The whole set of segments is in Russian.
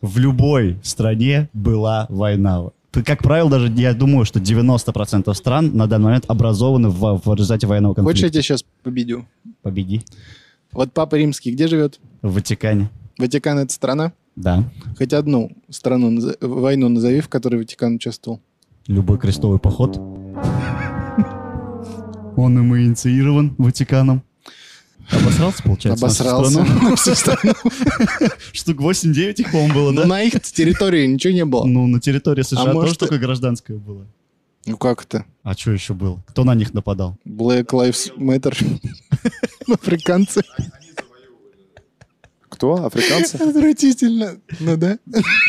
в любой стране была война. Ты, Как правило, даже я думаю, что 90% стран на данный момент образованы в, в результате военного Хочешь, я конфликта. тебя сейчас победю? Победи. Вот Папа Римский где живет? В Ватикане. Ватикан — это страна? Да. Хоть одну страну, наза- войну назови, в которой Ватикан участвовал. Любой крестовый поход. Он им инициирован Ватиканом. Обосрался, получается? наша Обосрался. страна? на всю страну. Штук 8-9 их, по-моему, было, Ну, да? На их территории ничего не было. Ну, на территории США тоже может, только гражданская была. Ну как это? А что еще было? Кто на них нападал? Black Lives Matter. Африканцы. Кто? Африканцы? Отвратительно. Ну да.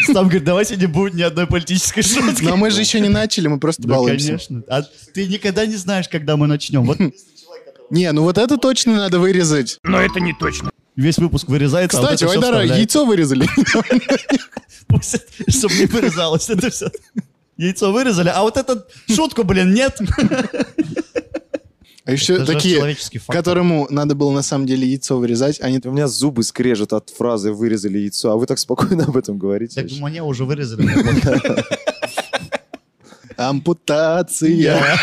Там говорит, давайте не будет ни одной политической шутки. Но мы же еще не начали, мы просто Да, балуемся. конечно. А ты никогда не знаешь, когда мы начнем. Вот Не, ну вот это точно надо вырезать. весь выпуск вырезается, а вот Кстати, А это у всё Айдара вставляется. яйцо вырезали. Пусть это- чтобы не вырезалось это все. Яйцо вырезали, а вот эту шутку, блин, нет. А еще Это же такие, человеческий фактор. которому надо было на самом деле яйцо вырезать, а они У меня зубы скрежет от фразы «вырезали яйцо», а вы так спокойно об этом говорите. Так мне уже вырезали. Вот. ампутация.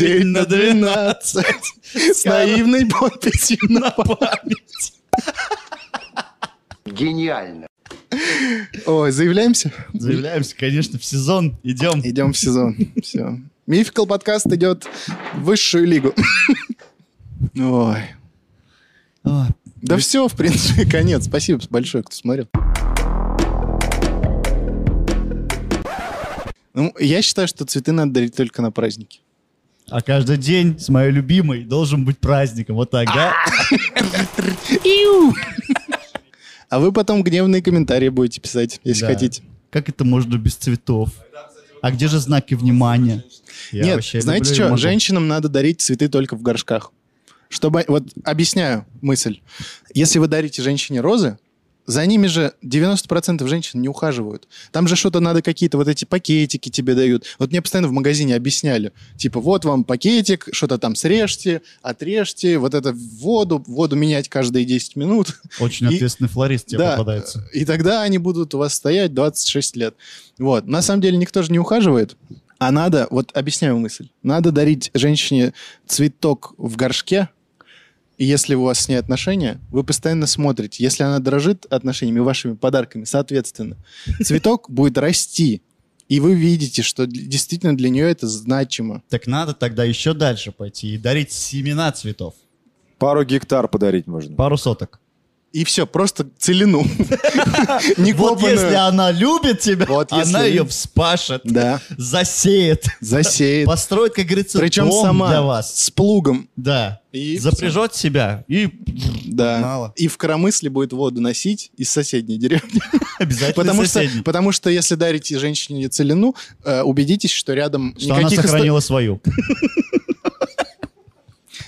День на 12. С Я- наивной подписью на... На память. Гениально. Ой, заявляемся? Заявляемся, конечно, в сезон. Идем. Идем в сезон. Все. Мификал подкаст идет в высшую лигу. Ой. А Да все, в принципе, конец. Спасибо большое, кто смотрел. Ну, я считаю, что цветы надо дарить только на праздники. А каждый день с моей любимой должен быть праздником. Вот так, да? А вы потом гневные комментарии будете писать, если Да. хотите. Как это можно без цветов? А где же знаки внимания? Я Нет, вообще знаете люблю что, эмоджи. женщинам надо дарить цветы только в горшках. Чтобы, вот объясняю мысль. Если вы дарите женщине розы, за ними же 90% женщин не ухаживают. Там же что-то надо, какие-то вот эти пакетики тебе дают. Вот мне постоянно в магазине объясняли. Типа, вот вам пакетик, что-то там срежьте, отрежьте, вот это в воду, воду менять каждые 10 минут. Очень И- ответственный флорист тебе Да. попадается. И тогда они будут у вас стоять 26 лет. Вот. На самом деле никто же не ухаживает. А надо, вот объясняю мысль, надо дарить женщине цветок в горшке, и если у вас с ней отношения, вы постоянно смотрите. Если она дорожит отношениями, вашими подарками, соответственно, цветок будет расти. И вы видите, что д- действительно для нее это значимо. Так надо тогда еще дальше пойти и дарить семена цветов. Пару гектар подарить можно. Пару соток. И все, просто целину. Не Вот копанную. если она любит тебя, Вот если она любит. ее вспашет, Да, засеет, засеет. построит, как говорится, Причем дом сама для вас. с плугом. Да. И Запряжет себя и Да. Мало. И в коромысле будет воду носить из соседней деревни. обязательно Потому что, соседний. потому что если дарите женщине целину, э, убедитесь, что рядом Что она никаких, исто- сохранила свою.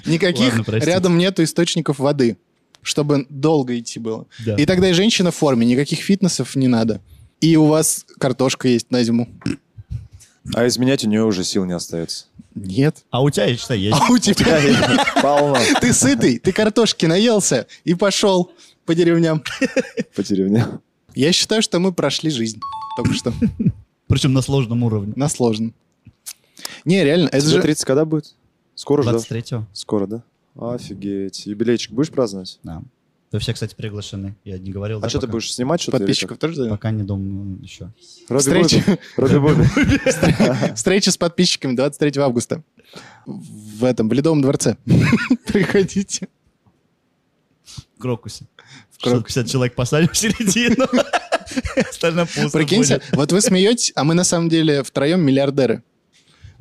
никаких Ладно, простите. рядом нету источников воды, чтобы долго идти было. Да. И тогда и женщина в форме, никаких фитнесов не надо. И у вас картошка есть на зиму. А изменять у нее уже сил не остается. Нет. А у тебя, я считаю, есть. А у тебя Полно ты сытый, ты картошки наелся и пошел по деревням. по деревне. Я считаю, что мы прошли жизнь только что. Причем на сложном уровне. На сложном. Не, реально, это Тебе же... 30 когда будет? Скоро же, да? 23-го. Скоро, да? Офигеть. Юбилейчик будешь праздновать? Да. Вы Ну, все, кстати, приглашены. Я не говорил. А да, что ты пока? будешь снимать что-то? или Подписчиков тоже Пока, зовем? не ну, думаю еще. как? Робби Встречи. Бобби. Робби Бобби. Встреча с подписчиками 23 августа. В этом, в Ледовом дворце. Приходите. В Крокусе. В Крокусе. 50 человек посадим в середину. Остальное пусто Прикиньте, будет. вот вы смеетесь, а мы на самом деле втроем миллиардеры.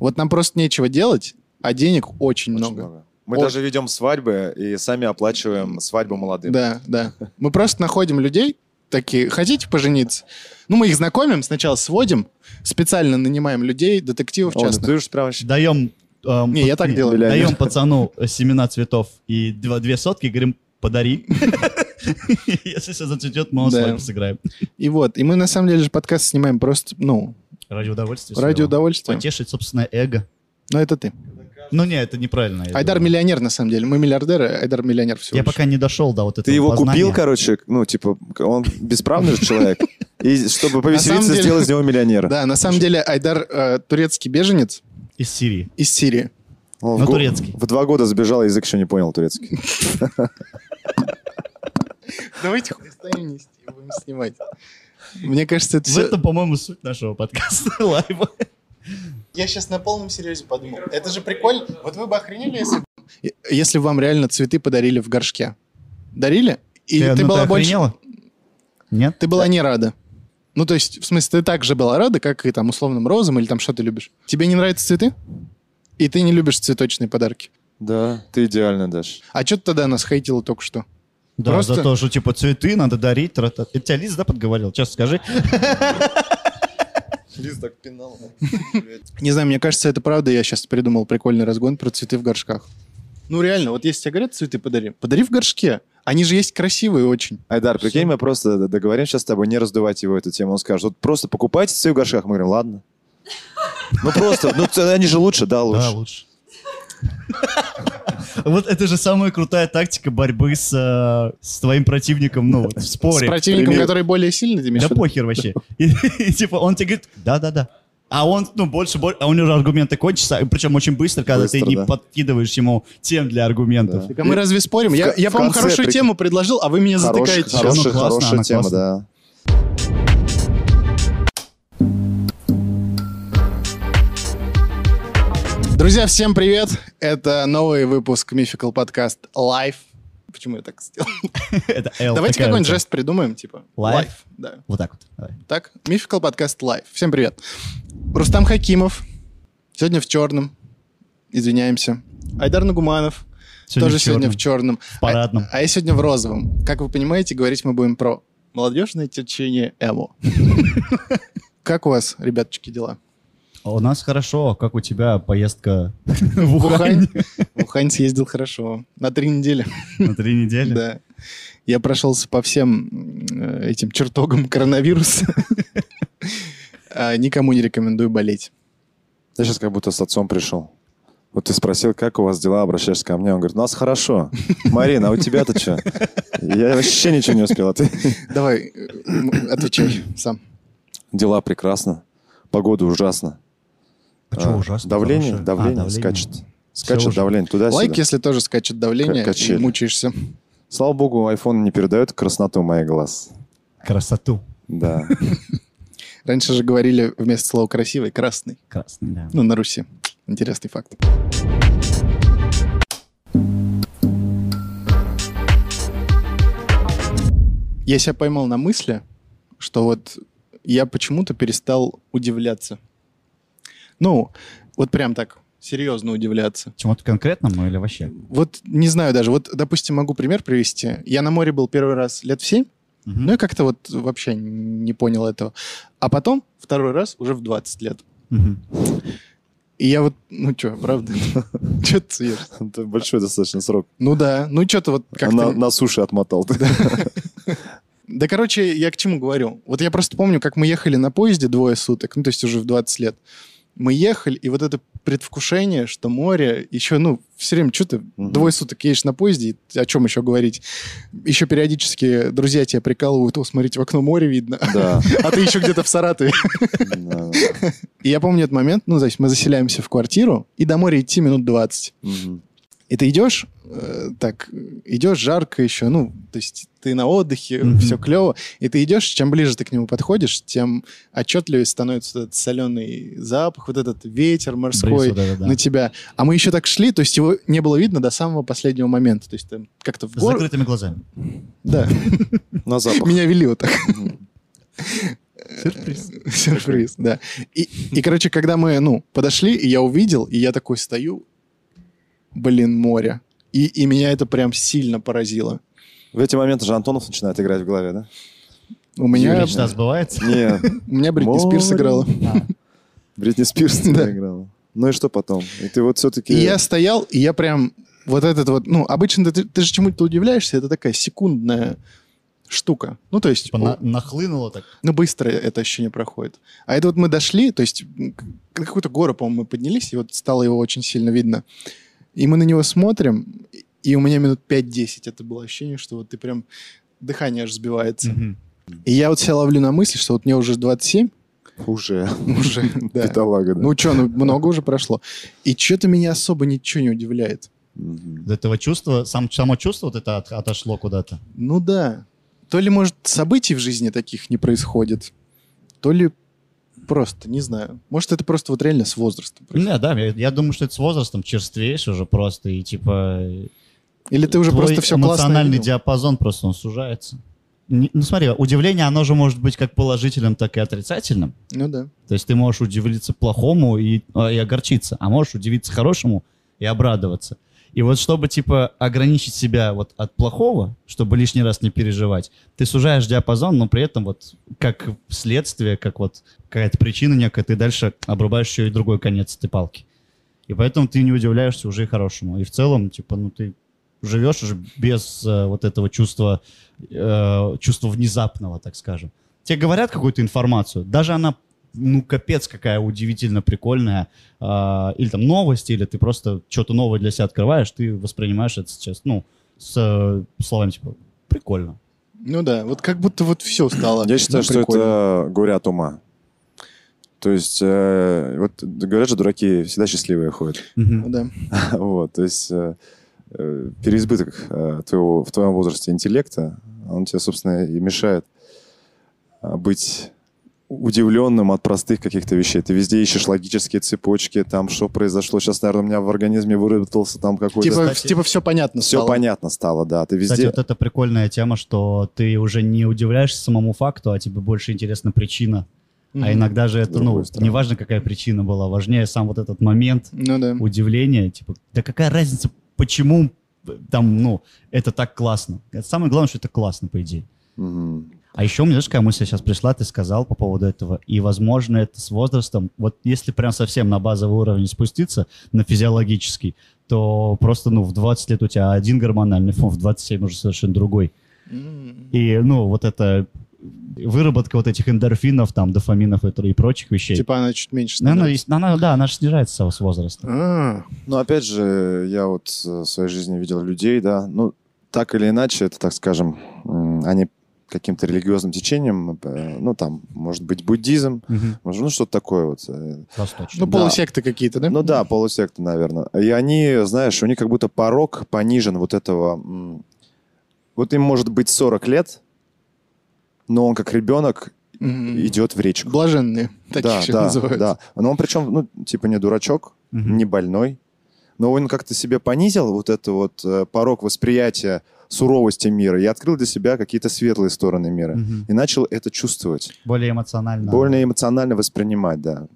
Вот нам просто нечего делать, а денег очень Очень много. Мы О. даже ведем свадьбы и сами оплачиваем свадьбу молодым. Да, да. Мы просто находим людей, такие, хотите пожениться? Ну, мы их знакомим, сначала сводим, специально нанимаем людей, детективов О, ну частных. ты уж прям вообще- Даем... эм, Не, я пац- так делаю. Даем пацану э, семена цветов и два- две сотки, говорим, подари. Если все зацветет, мы вам Да. свадьбу сыграем. И вот, и мы на самом деле же подкаст снимаем просто, ну, Ради удовольствия. своего. ради удовольствия. Потешить собственное эго. Но это ты. Ну не, это неправильно. я Айдар думаю. миллионер, на самом деле. Мы миллиардеры, а Айдар миллионер всего Я лишь. пока не дошел до вот этого Ты его познания. купил, короче, ну, типа, он бесправный же человек. И чтобы самом повеселиться, деле- сделал из него миллионера. Да, на самом деле Айдар э, турецкий беженец из Сирии. из Сирии. Он в Но го- турецкий. В два года сбежал, а язык еще не понял турецкий. Давайте хуй оставим нести, будем снимать. Мне кажется, это В все... этом, по-моему, суть нашего подкаста лайва. Я сейчас на полном серьезе подумал. Это же прикольно. Вот вы бы охренели, если... бы- Е- Если бы вам реально цветы подарили в горшке. Дарили? Или ты, ну, была больше... охренела? Нет? Ты была не рада. Ну, то есть, в смысле, ты так же была рада, как и там условным розам или там что ты любишь. Тебе не нравятся цветы? И ты не любишь цветочные подарки. Да, ты идеально, Даш. А что ты тогда нас хейтила только что? Да, Просто- за то, что типа цветы надо дарить. тра-та. Это тебя Лиз, да, подговорил? Честно скажи. Лиз так пинал. Не знаю, мне кажется, это правда. Я сейчас придумал прикольный разгон про цветы в горшках. Ну, реально, вот если тебе говорят, цветы подари, подари в горшке. Они же есть красивые очень. Айдар, прикинь, мы просто договоримся сейчас с тобой не раздувать его эту тему. Он скажет, вот просто покупайте все в горшках. Мы говорим, ладно. Ну просто, ну ц- они же лучше, да, Да, лучше. лучше. Вот это же самая крутая тактика борьбы с, э, с твоим противником, ну, вот, в споре. С противником, Пример. который более сильный, ты имеешь Да в виду? похер вообще. И, и, типа он тебе говорит, да-да-да. А он, ну, больше, больше, а у него аргументы кончатся, и причем очень быстро, когда ты Быстро, не да. подкидываешь ему тем для аргументов. Да. Так а мы разве спорим? В Я, ко- я в вам конце хорошую прикинь. тему предложил, а вы меня Хорош- затыкаете. хорош. хорошая- Ну, классно, Хорошая она тема, классная. да. Друзья, всем привет! Это новый выпуск Mythical Podcast Live. Почему я так сделал? Это L Давайте такая какой-нибудь вот. жест придумаем, типа. Live? Live, Да. Вот так вот. Давай. Так, Mythical Podcast Live. Всем привет. Рустам Хакимов. Сегодня в черном. Извиняемся. Айдар Нагуманов. Сегодня тоже в сегодня чёрном. в черном. парадном. А, я сегодня в розовом. Как вы понимаете, говорить мы будем про молодежное течение эмо. Как у вас, ребяточки, дела? А У нас хорошо, как у тебя поездка в В Ухань Ухань? В Ухань съездил хорошо. На три недели. на три недели. Да. Я прошелся по всем э, этим чертогам коронавируса. А, Никому не рекомендую болеть. Я сейчас как будто с отцом пришел. Вот ты спросил, как у вас дела, обращаешься ко мне. Он говорит, у нас хорошо. Марина, а у тебя-то что? Я вообще ничего не успел. А ты? Давай, э, м, отвечай сам. Дела прекрасно. Погода ужасно. Почему А, ужасно? Давление, Хорошее. А, давление, давление. скачет. Скачет ужасно. давление туда-сюда. Лайк, если тоже скачет давление К- качели. и мучаешься. Слава богу, iPhone не передает красноту моих глаз. Красоту. Да. Раньше же говорили вместо слова «красивый» «красный». Красный, да. Ну, на Руси. Интересный факт. Я себя поймал на мысли, что вот я почему-то перестал удивляться. Ну, вот прям так, серьезно удивляться. Чему-то конкретному или вообще? Вот не знаю даже, вот, допустим, могу пример привести. Я на море был первый раз лет в семь, Мгм. ну, я как-то вот вообще не понял этого. А потом второй раз уже в 20 лет. Мгм. И я вот, ну что, правда? Че ты съешь? Это большой достаточно срок. Ну да, ну что-то вот На, как-то... на суше отмотал. Да, короче, я к чему говорю. Вот я просто помню, как мы ехали на поезде двое суток, ну то есть уже в 20 лет. Мы ехали, и вот это предвкушение, что море, еще, ну, все время, что ты Мгм. двое суток едешь на поезде, и ты о чем еще говорить? Еще периодически друзья тебя прикалывают, о, смотрите, в окно море видно, Да. а ты еще где-то в Саратове. Да. И я помню этот момент, ну, то есть мы заселяемся в квартиру, и до моря идти минут 20. Мгм. И ты идешь, э, так, идешь жарко еще, ну, то есть ты на отдыхе, Мгм. все клево, и ты идешь, чем ближе ты к нему подходишь, тем отчетливее становится вот этот соленый запах, вот этот ветер морской Бриз, да-да-да. на тебя. А мы еще так шли, то есть его не было видно до самого последнего момента, то есть там как-то в С гору... закрытыми глазами. Да, На запах. меня вели вот так. Мгм. Сюрприз. Сюрприз, да. И, и, короче, когда мы, ну, подошли, и я увидел, и я такой стою, блин, море. И, и меня это прям сильно поразило. В эти моменты же Антонов начинает играть в голове, да? У меня, Мечта сбывается? Не, у меня Бритни Спирс Море. играла. Бритни Спирс Да. тебя играла. Ну и что потом? И ты вот И все-таки... я стоял, и я прям вот этот вот... Ну, обычно ты, ты же чему-то удивляешься, это такая секундная штука. Ну, то есть... Типа на- нахлынуло так. Ну, быстро это ощущение проходит. А это вот мы дошли, то есть м, к- на какую-то гору, по-моему, мы поднялись, и вот стало его очень сильно видно. И мы на него смотрим, и- и у меня минут 5-10 это было ощущение, что вот ты прям дыхание аж сбивается. Мгм. И я вот себя ловлю на мысли, что вот мне уже 27, Уже. уже, да. Бедолага, да. Ну что, ну много уже прошло. И что-то меня особо ничего не удивляет. Мгм. До этого чувства, сам, само чувство вот это от- отошло куда-то. Ну да. То ли, может, событий в жизни таких не происходит, то ли просто, не знаю. Может, это просто вот реально с возрастом. Да, да, я, я думаю, что это с возрастом черствеешь уже просто, и типа... Или ты уже твой просто все классно эмоциональный видел? диапазон просто, он сужается. Не- ну смотри, удивление, оно же может быть как положительным, так и отрицательным. Ну да. То есть ты можешь удивиться плохому и, а, и огорчиться, а можешь удивиться хорошему и обрадоваться. И вот чтобы, типа, ограничить себя вот от плохого, чтобы лишний раз не переживать, ты сужаешь диапазон, но при этом вот как следствие, как вот какая-то причина некая, ты дальше обрубаешь еще и другой конец этой палки. И поэтому ты не удивляешься уже и хорошему. И в целом, типа, ну ты живешь уже без э, вот этого чувства, э, чувства внезапного, так скажем. Тебе говорят какую-то информацию, даже она, ну, капец какая удивительно прикольная, а, или там новости, или ты просто что-то новое для себя открываешь, ты воспринимаешь это сейчас, ну, с э, словами типа «прикольно». Ну да, вот как будто вот все стало. Я считаю, ну, что прикольно. это горе от ума. То есть, э, вот говорят же, дураки всегда счастливые ходят. Ну Мгм. да. Вот, то есть э, э, переизбыток э, твоего, в твоем возрасте интеллекта, он тебе, собственно, и мешает а, быть удивленным от простых каких-то вещей. Ты везде ищешь логические цепочки, там, что произошло. Сейчас, наверное, у меня в организме выработался там какой-то... Типа, кстати, типа все понятно Все стало. понятно стало, да. Ты Кстати, везде... вот это прикольная тема, что ты уже не удивляешься самому факту, а тебе больше интересна причина. Мгм. А иногда же это, другой ну, стороны. неважно, какая причина была, важнее сам вот этот момент Ну да. удивления, типа, да какая разница, почему э, там, ну, это так классно. Это Самое главное, что это классно, по идее. Мгм. А еще у меня, знаешь, какая мысль сейчас пришла, ты сказал по поводу этого, и, возможно, это с возрастом, вот если прям совсем на базовый уровень спуститься, на физиологический, то просто, ну, в 20 лет у тебя один гормональный фон, в 27 уже совершенно другой. М. И, ну, вот это выработка вот этих эндорфинов, там, дофаминов и, тр- и прочих вещей. Типа она чуть меньше Ну, она, становится. есть- она, да, она же снижается с возрастом. А, Ну, опять же, я вот э, в своей жизни видел людей, да, ну, так или иначе, это, так скажем, м, они каким-то религиозным течением, э, ну, там, может быть, буддизм, может, ну, что-то такое вот. э, Восточный. Ну, Да. полусекты какие-то, да? Ну да, полусекта, наверное. И они, знаешь, у них как будто порог понижен вот этого... м, Вот им может быть 40 лет, но он как ребенок Мгм. идет в речку. Блаженные. Таких типа да, еще да, называют. да. Но он причем, ну, типа не дурачок, Мгм. не больной, но он как-то себе понизил вот это вот э, порог восприятия суровости мира и открыл для себя какие-то светлые стороны мира. Мгм. И начал это чувствовать, Более эмоционально. больно эмоционально воспринимать, да.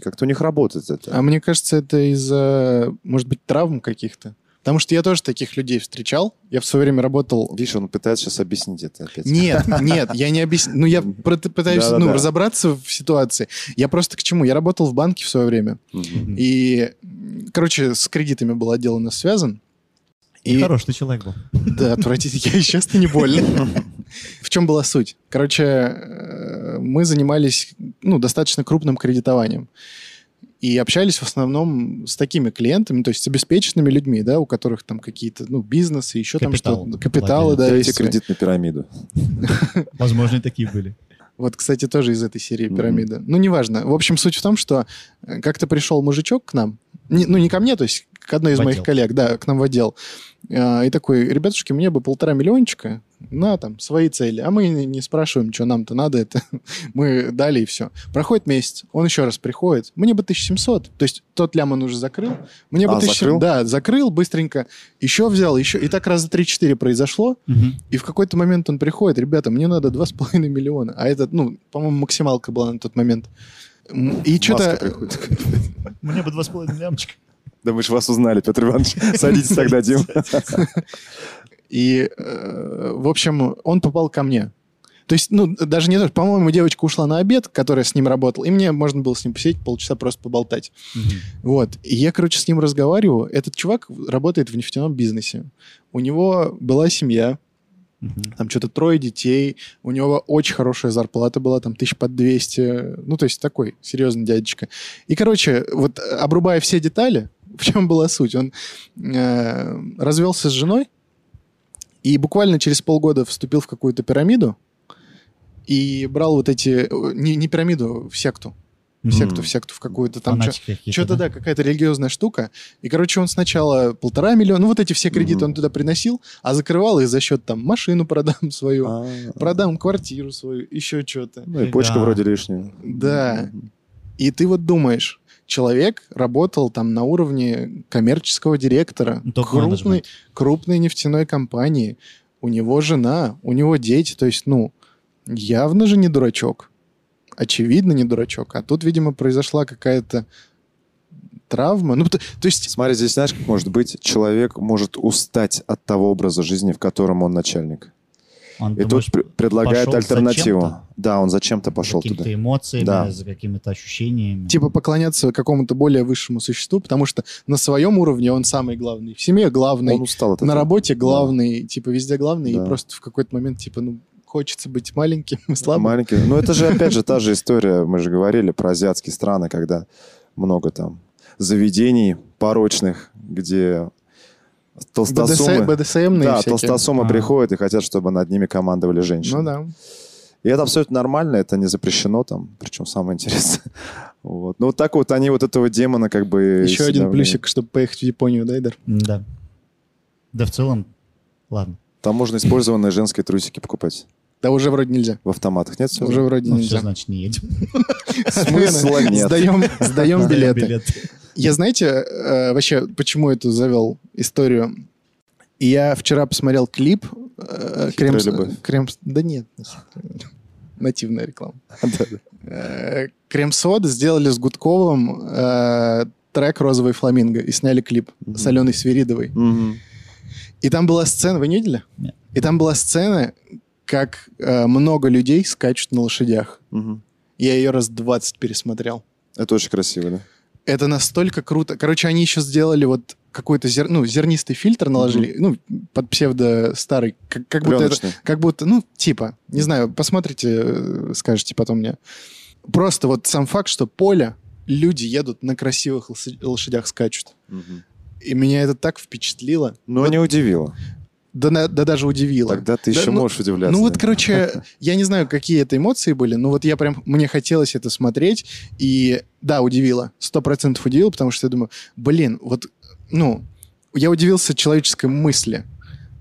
Как-то у них работает это. А мне кажется, это из-за, может быть, травм каких-то. Потому что я тоже таких людей встречал. Я в свое время работал... Видишь, он пытается сейчас объяснить это опять. Нет, нет, я не объясню. Ну, я про- пытаюсь Да-да-да. ну, разобраться в ситуации. Я просто к чему? Я работал в банке в свое время. Мгм. И, м, короче, с кредитами был отдел у нас связан. И... И- Хороший ты человек был. Да, отвратительно. Я сейчас не больно. В чем была суть? Короче, э, мы занимались ну, достаточно крупным кредитованием. И общались в основном с такими клиентами, то есть с обеспеченными людьми, да, у которых там какие-то, ну, бизнесы, еще там Капитал. что-то. Капиталы, да, Даете есть свои. кредит на пирамиду. Возможно, и такие были. Вот, кстати, тоже из этой серии Мгм. пирамида. Ну, неважно. В общем, суть в том, что э, как-то пришел мужичок к нам, Не- ну, не ко мне, то есть к одной из В моих отдел. коллег, да, к нам в отдел, А, и такой, ребятушки, мне бы полтора миллиончика на там свои цели, а мы не не спрашиваем, что нам-то надо, это мы дали и все. Проходит месяц, он еще раз приходит, мне бы 1700, то есть тот лям он уже закрыл, мне бы А, 1700, закрыл? да, закрыл быстренько, еще взял, еще, и так раза 3-4 произошло, и в какой-то момент он приходит, ребята, мне надо 2,5 миллиона. А этот, ну, по-моему, максималка была на тот момент. М, И Маска что-то... приходит. Мне бы два с половиной лямчика. Да мы же вас узнали, Петр Иванович. Садитесь тогда, Дим. И, э, в общем, он попал ко мне. То есть, ну, даже не то, что, по-моему, девочка ушла на обед, которая с ним работала, и мне можно было с ним посидеть полчаса просто поболтать. Вот. И я, короче, с ним разговариваю. Этот чувак работает в нефтяном бизнесе. У него была семья, Мгм. Там что-то трое детей, у него очень хорошая зарплата была, там тысяч под 200. Ну, то есть такой серьезный дядечка. И, короче, вот э, обрубая все детали, в чем была суть? Он э, развелся с женой и буквально через полгода вступил в какую-то пирамиду и брал вот эти... э, Не, не пирамиду, в секту. В секту, в секту, в какую-то там... чё- Фанатики какие-то, что-то, да, какая-то религиозная штука. И, короче, он сначала полтора миллиона, ну, вот эти все кредиты Мгм. он туда приносил, а закрывал их за счет, там, машину продам свою, А, продам квартиру свою, еще что-то. Ну и почка Да. вроде лишняя. Да. И ты вот думаешь, человек работал там на уровне коммерческого директора Ну, крупной, топ-менеджмент. крупной нефтяной компании. У него жена, у него дети. То есть, ну, явно же не дурачок. Очевидно, не дурачок. А тут, видимо, произошла какая-то травма. Ну, то, то есть, Смотри, здесь знаешь, как может быть, человек может устать от того образа жизни, в котором он начальник. Он, И ты тут можешь, пр- предлагает пошел альтернативу. зачем-то? Да, он зачем-то за пошел какими-то туда. эмоциями, Да. за какими-то ощущениями. типа поклоняться какому-то более высшему существу, потому что на своем уровне он самый главный. В семье главный, Он устал от этого. на работе главный, типа везде главный, Да. и просто в какой-то момент, типа, ну, хочется быть маленьким и слабым. Маленький. Ну, это же, опять же, та же история. Мы же говорили про азиатские страны, когда много там заведений порочных, где толстосумы... БДСМ Да, всякие. толстосумы А. приходят и хотят, чтобы над ними командовали женщины. Ну да. И это абсолютно нормально, это не запрещено там, причем самое интересное. Вот. Ну вот так вот они вот этого демона как бы... из Еще себя один вне- плюсик, чтобы поехать в Японию, да, Идар? Да. Да в целом, ладно. Там можно использованные женские трусики покупать. Да уже вроде нельзя. В автоматах, нет? всё? Уже вроде Ну, все, нельзя. значит, не едем. Типа Смысла нет. Сдаем, сдаем билеты. Билет. Я, знаете, э, вообще, почему это завел историю? Я вчера посмотрел клип э, крем, любовь». крем... Да нет. не хитрая. Нативная реклама. Да-да. Э, Крем-сода сделали с Гудковым э, трек «Розовый фламинго» и сняли клип Мгм. с Аленой Свиридовой. Мгм. И там была сцена, вы не видели? Нет. И там была сцена, как э, много людей скачут на лошадях. Мгм. Я ее раз 20 пересмотрел. Это очень красиво, да? Это настолько круто. Короче, они еще сделали вот какой-то зер... ну, зернистый фильтр наложили, ну, под псевдо старый, как, как будто это, Пленочный. как будто, ну, типа, не знаю, посмотрите, э, скажете потом мне. Просто вот сам факт, что поле, люди едут на красивых лосе- лошадях скачут. Мгм. И меня это так впечатлило, Но не удивило. да, на- да даже удивило. Тогда ты Да, еще ну- можешь удивляться. Ну вот, короче, я не знаю, какие это эмоции были, но вот я прям, мне хотелось это смотреть, и да, удивило, сто процентов удивило, потому что я думаю, блин, вот, ну, я удивился человеческой мысли,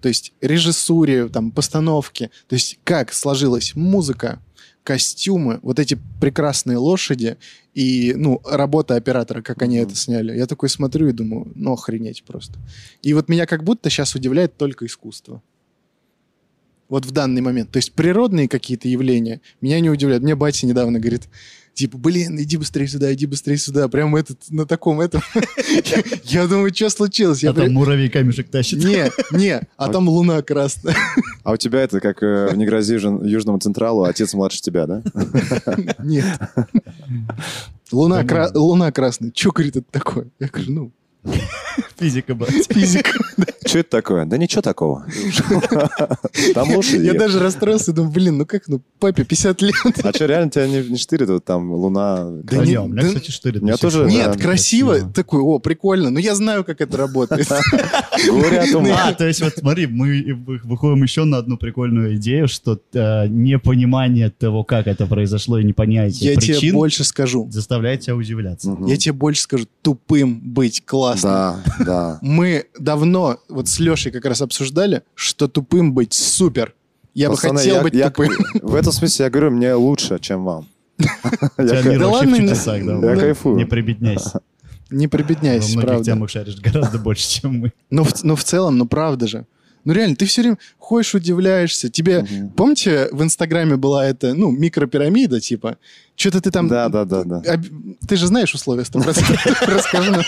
то есть режиссуре, там, постановке, то есть как сложилась музыка, костюмы, вот эти прекрасные лошади и, ну, работа оператора, как они Мгм. это сняли. Я такой смотрю и думаю, ну, охренеть просто. И вот меня как будто сейчас удивляет только искусство. Вот в данный момент. То есть природные какие-то явления меня не удивляют. Мне батя недавно говорит, типа, блин, иди быстрее сюда, иди быстрее сюда. Прям этот, на таком этом. Я думаю, что случилось? Я А там Типа при- муравей камешек тащит. Не, не, а там луна красная. А у тебя это как э, в «Не грози Южн- Южному Централу», а отец младше тебя, да? Нет. Луна, Да кра- ладно. луна красная. Че, говорит, это такое? Я говорю, ну, Физика, брат. физика. Что это такое? Да ничего такого. Там лошади. Я даже расстроился, думаю, блин, ну как, ну, папе 50 лет. А что, реально тебя не, не штырит? Вот там луна... Да А не- не, у меня, да- кстати, штырит. Меня до сих тоже, пор. Нет, да, красиво. Такой, о, прикольно. Но я знаю, как это работает. Горе от ума. А, то есть вот смотри, мы и вы- выходим еще на одну прикольную идею, что э, непонимание того, как это произошло, и непонятие Я тебе причин больше скажу. заставляет тебя удивляться. Мгм. Я тебе больше скажу. Тупым быть классно. Да, да. Мы давно вот с Лешей как раз обсуждали, что тупым быть супер. Я бы Пацаны, хотел я- быть я- тупым. В этом смысле я говорю, мне лучше, чем вам. Я Тебя кай- мир Да вообще в ладно, чудесах, да, я Влад, кайфую. Не прибедняйся. Не Во прибедняйся, многих правда. темах шаришь гораздо больше, чем мы. Но в, но в целом, ну правда же. Ну реально, ты все время ходишь, удивляешься. Тебе, Мгм. помните, в Инстаграме была эта, ну, микропирамида, типа? Что-то ты там... Да, да, да, да. Об- Ты же знаешь условия 100%. Расскажи нам.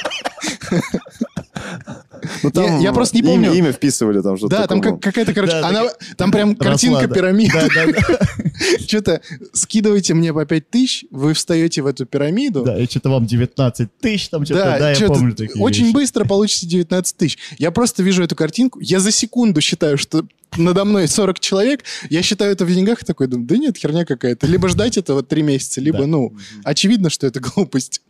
Ну, там Я- я просто не имя- помню. Имя вписывали там что-то Да, там такое как- какая-то, короче, Да, она, там прям картинка Раслада. пирамид. Да, да, да, Что-то скидывайте мне по 5 тысяч, вы встаете в эту пирамиду. да, и что-то вам 19 тысяч там что-то, да, я чё-то помню такие Очень вещи. быстро получите 19 тысяч. Я просто вижу эту картинку, я за секунду считаю, что надо мной 40 человек, я считаю это в деньгах и такой думаю, да нет, херня какая-то. Либо ждать этого 3 месяца, либо, Да. ну, очевидно, что это глупость.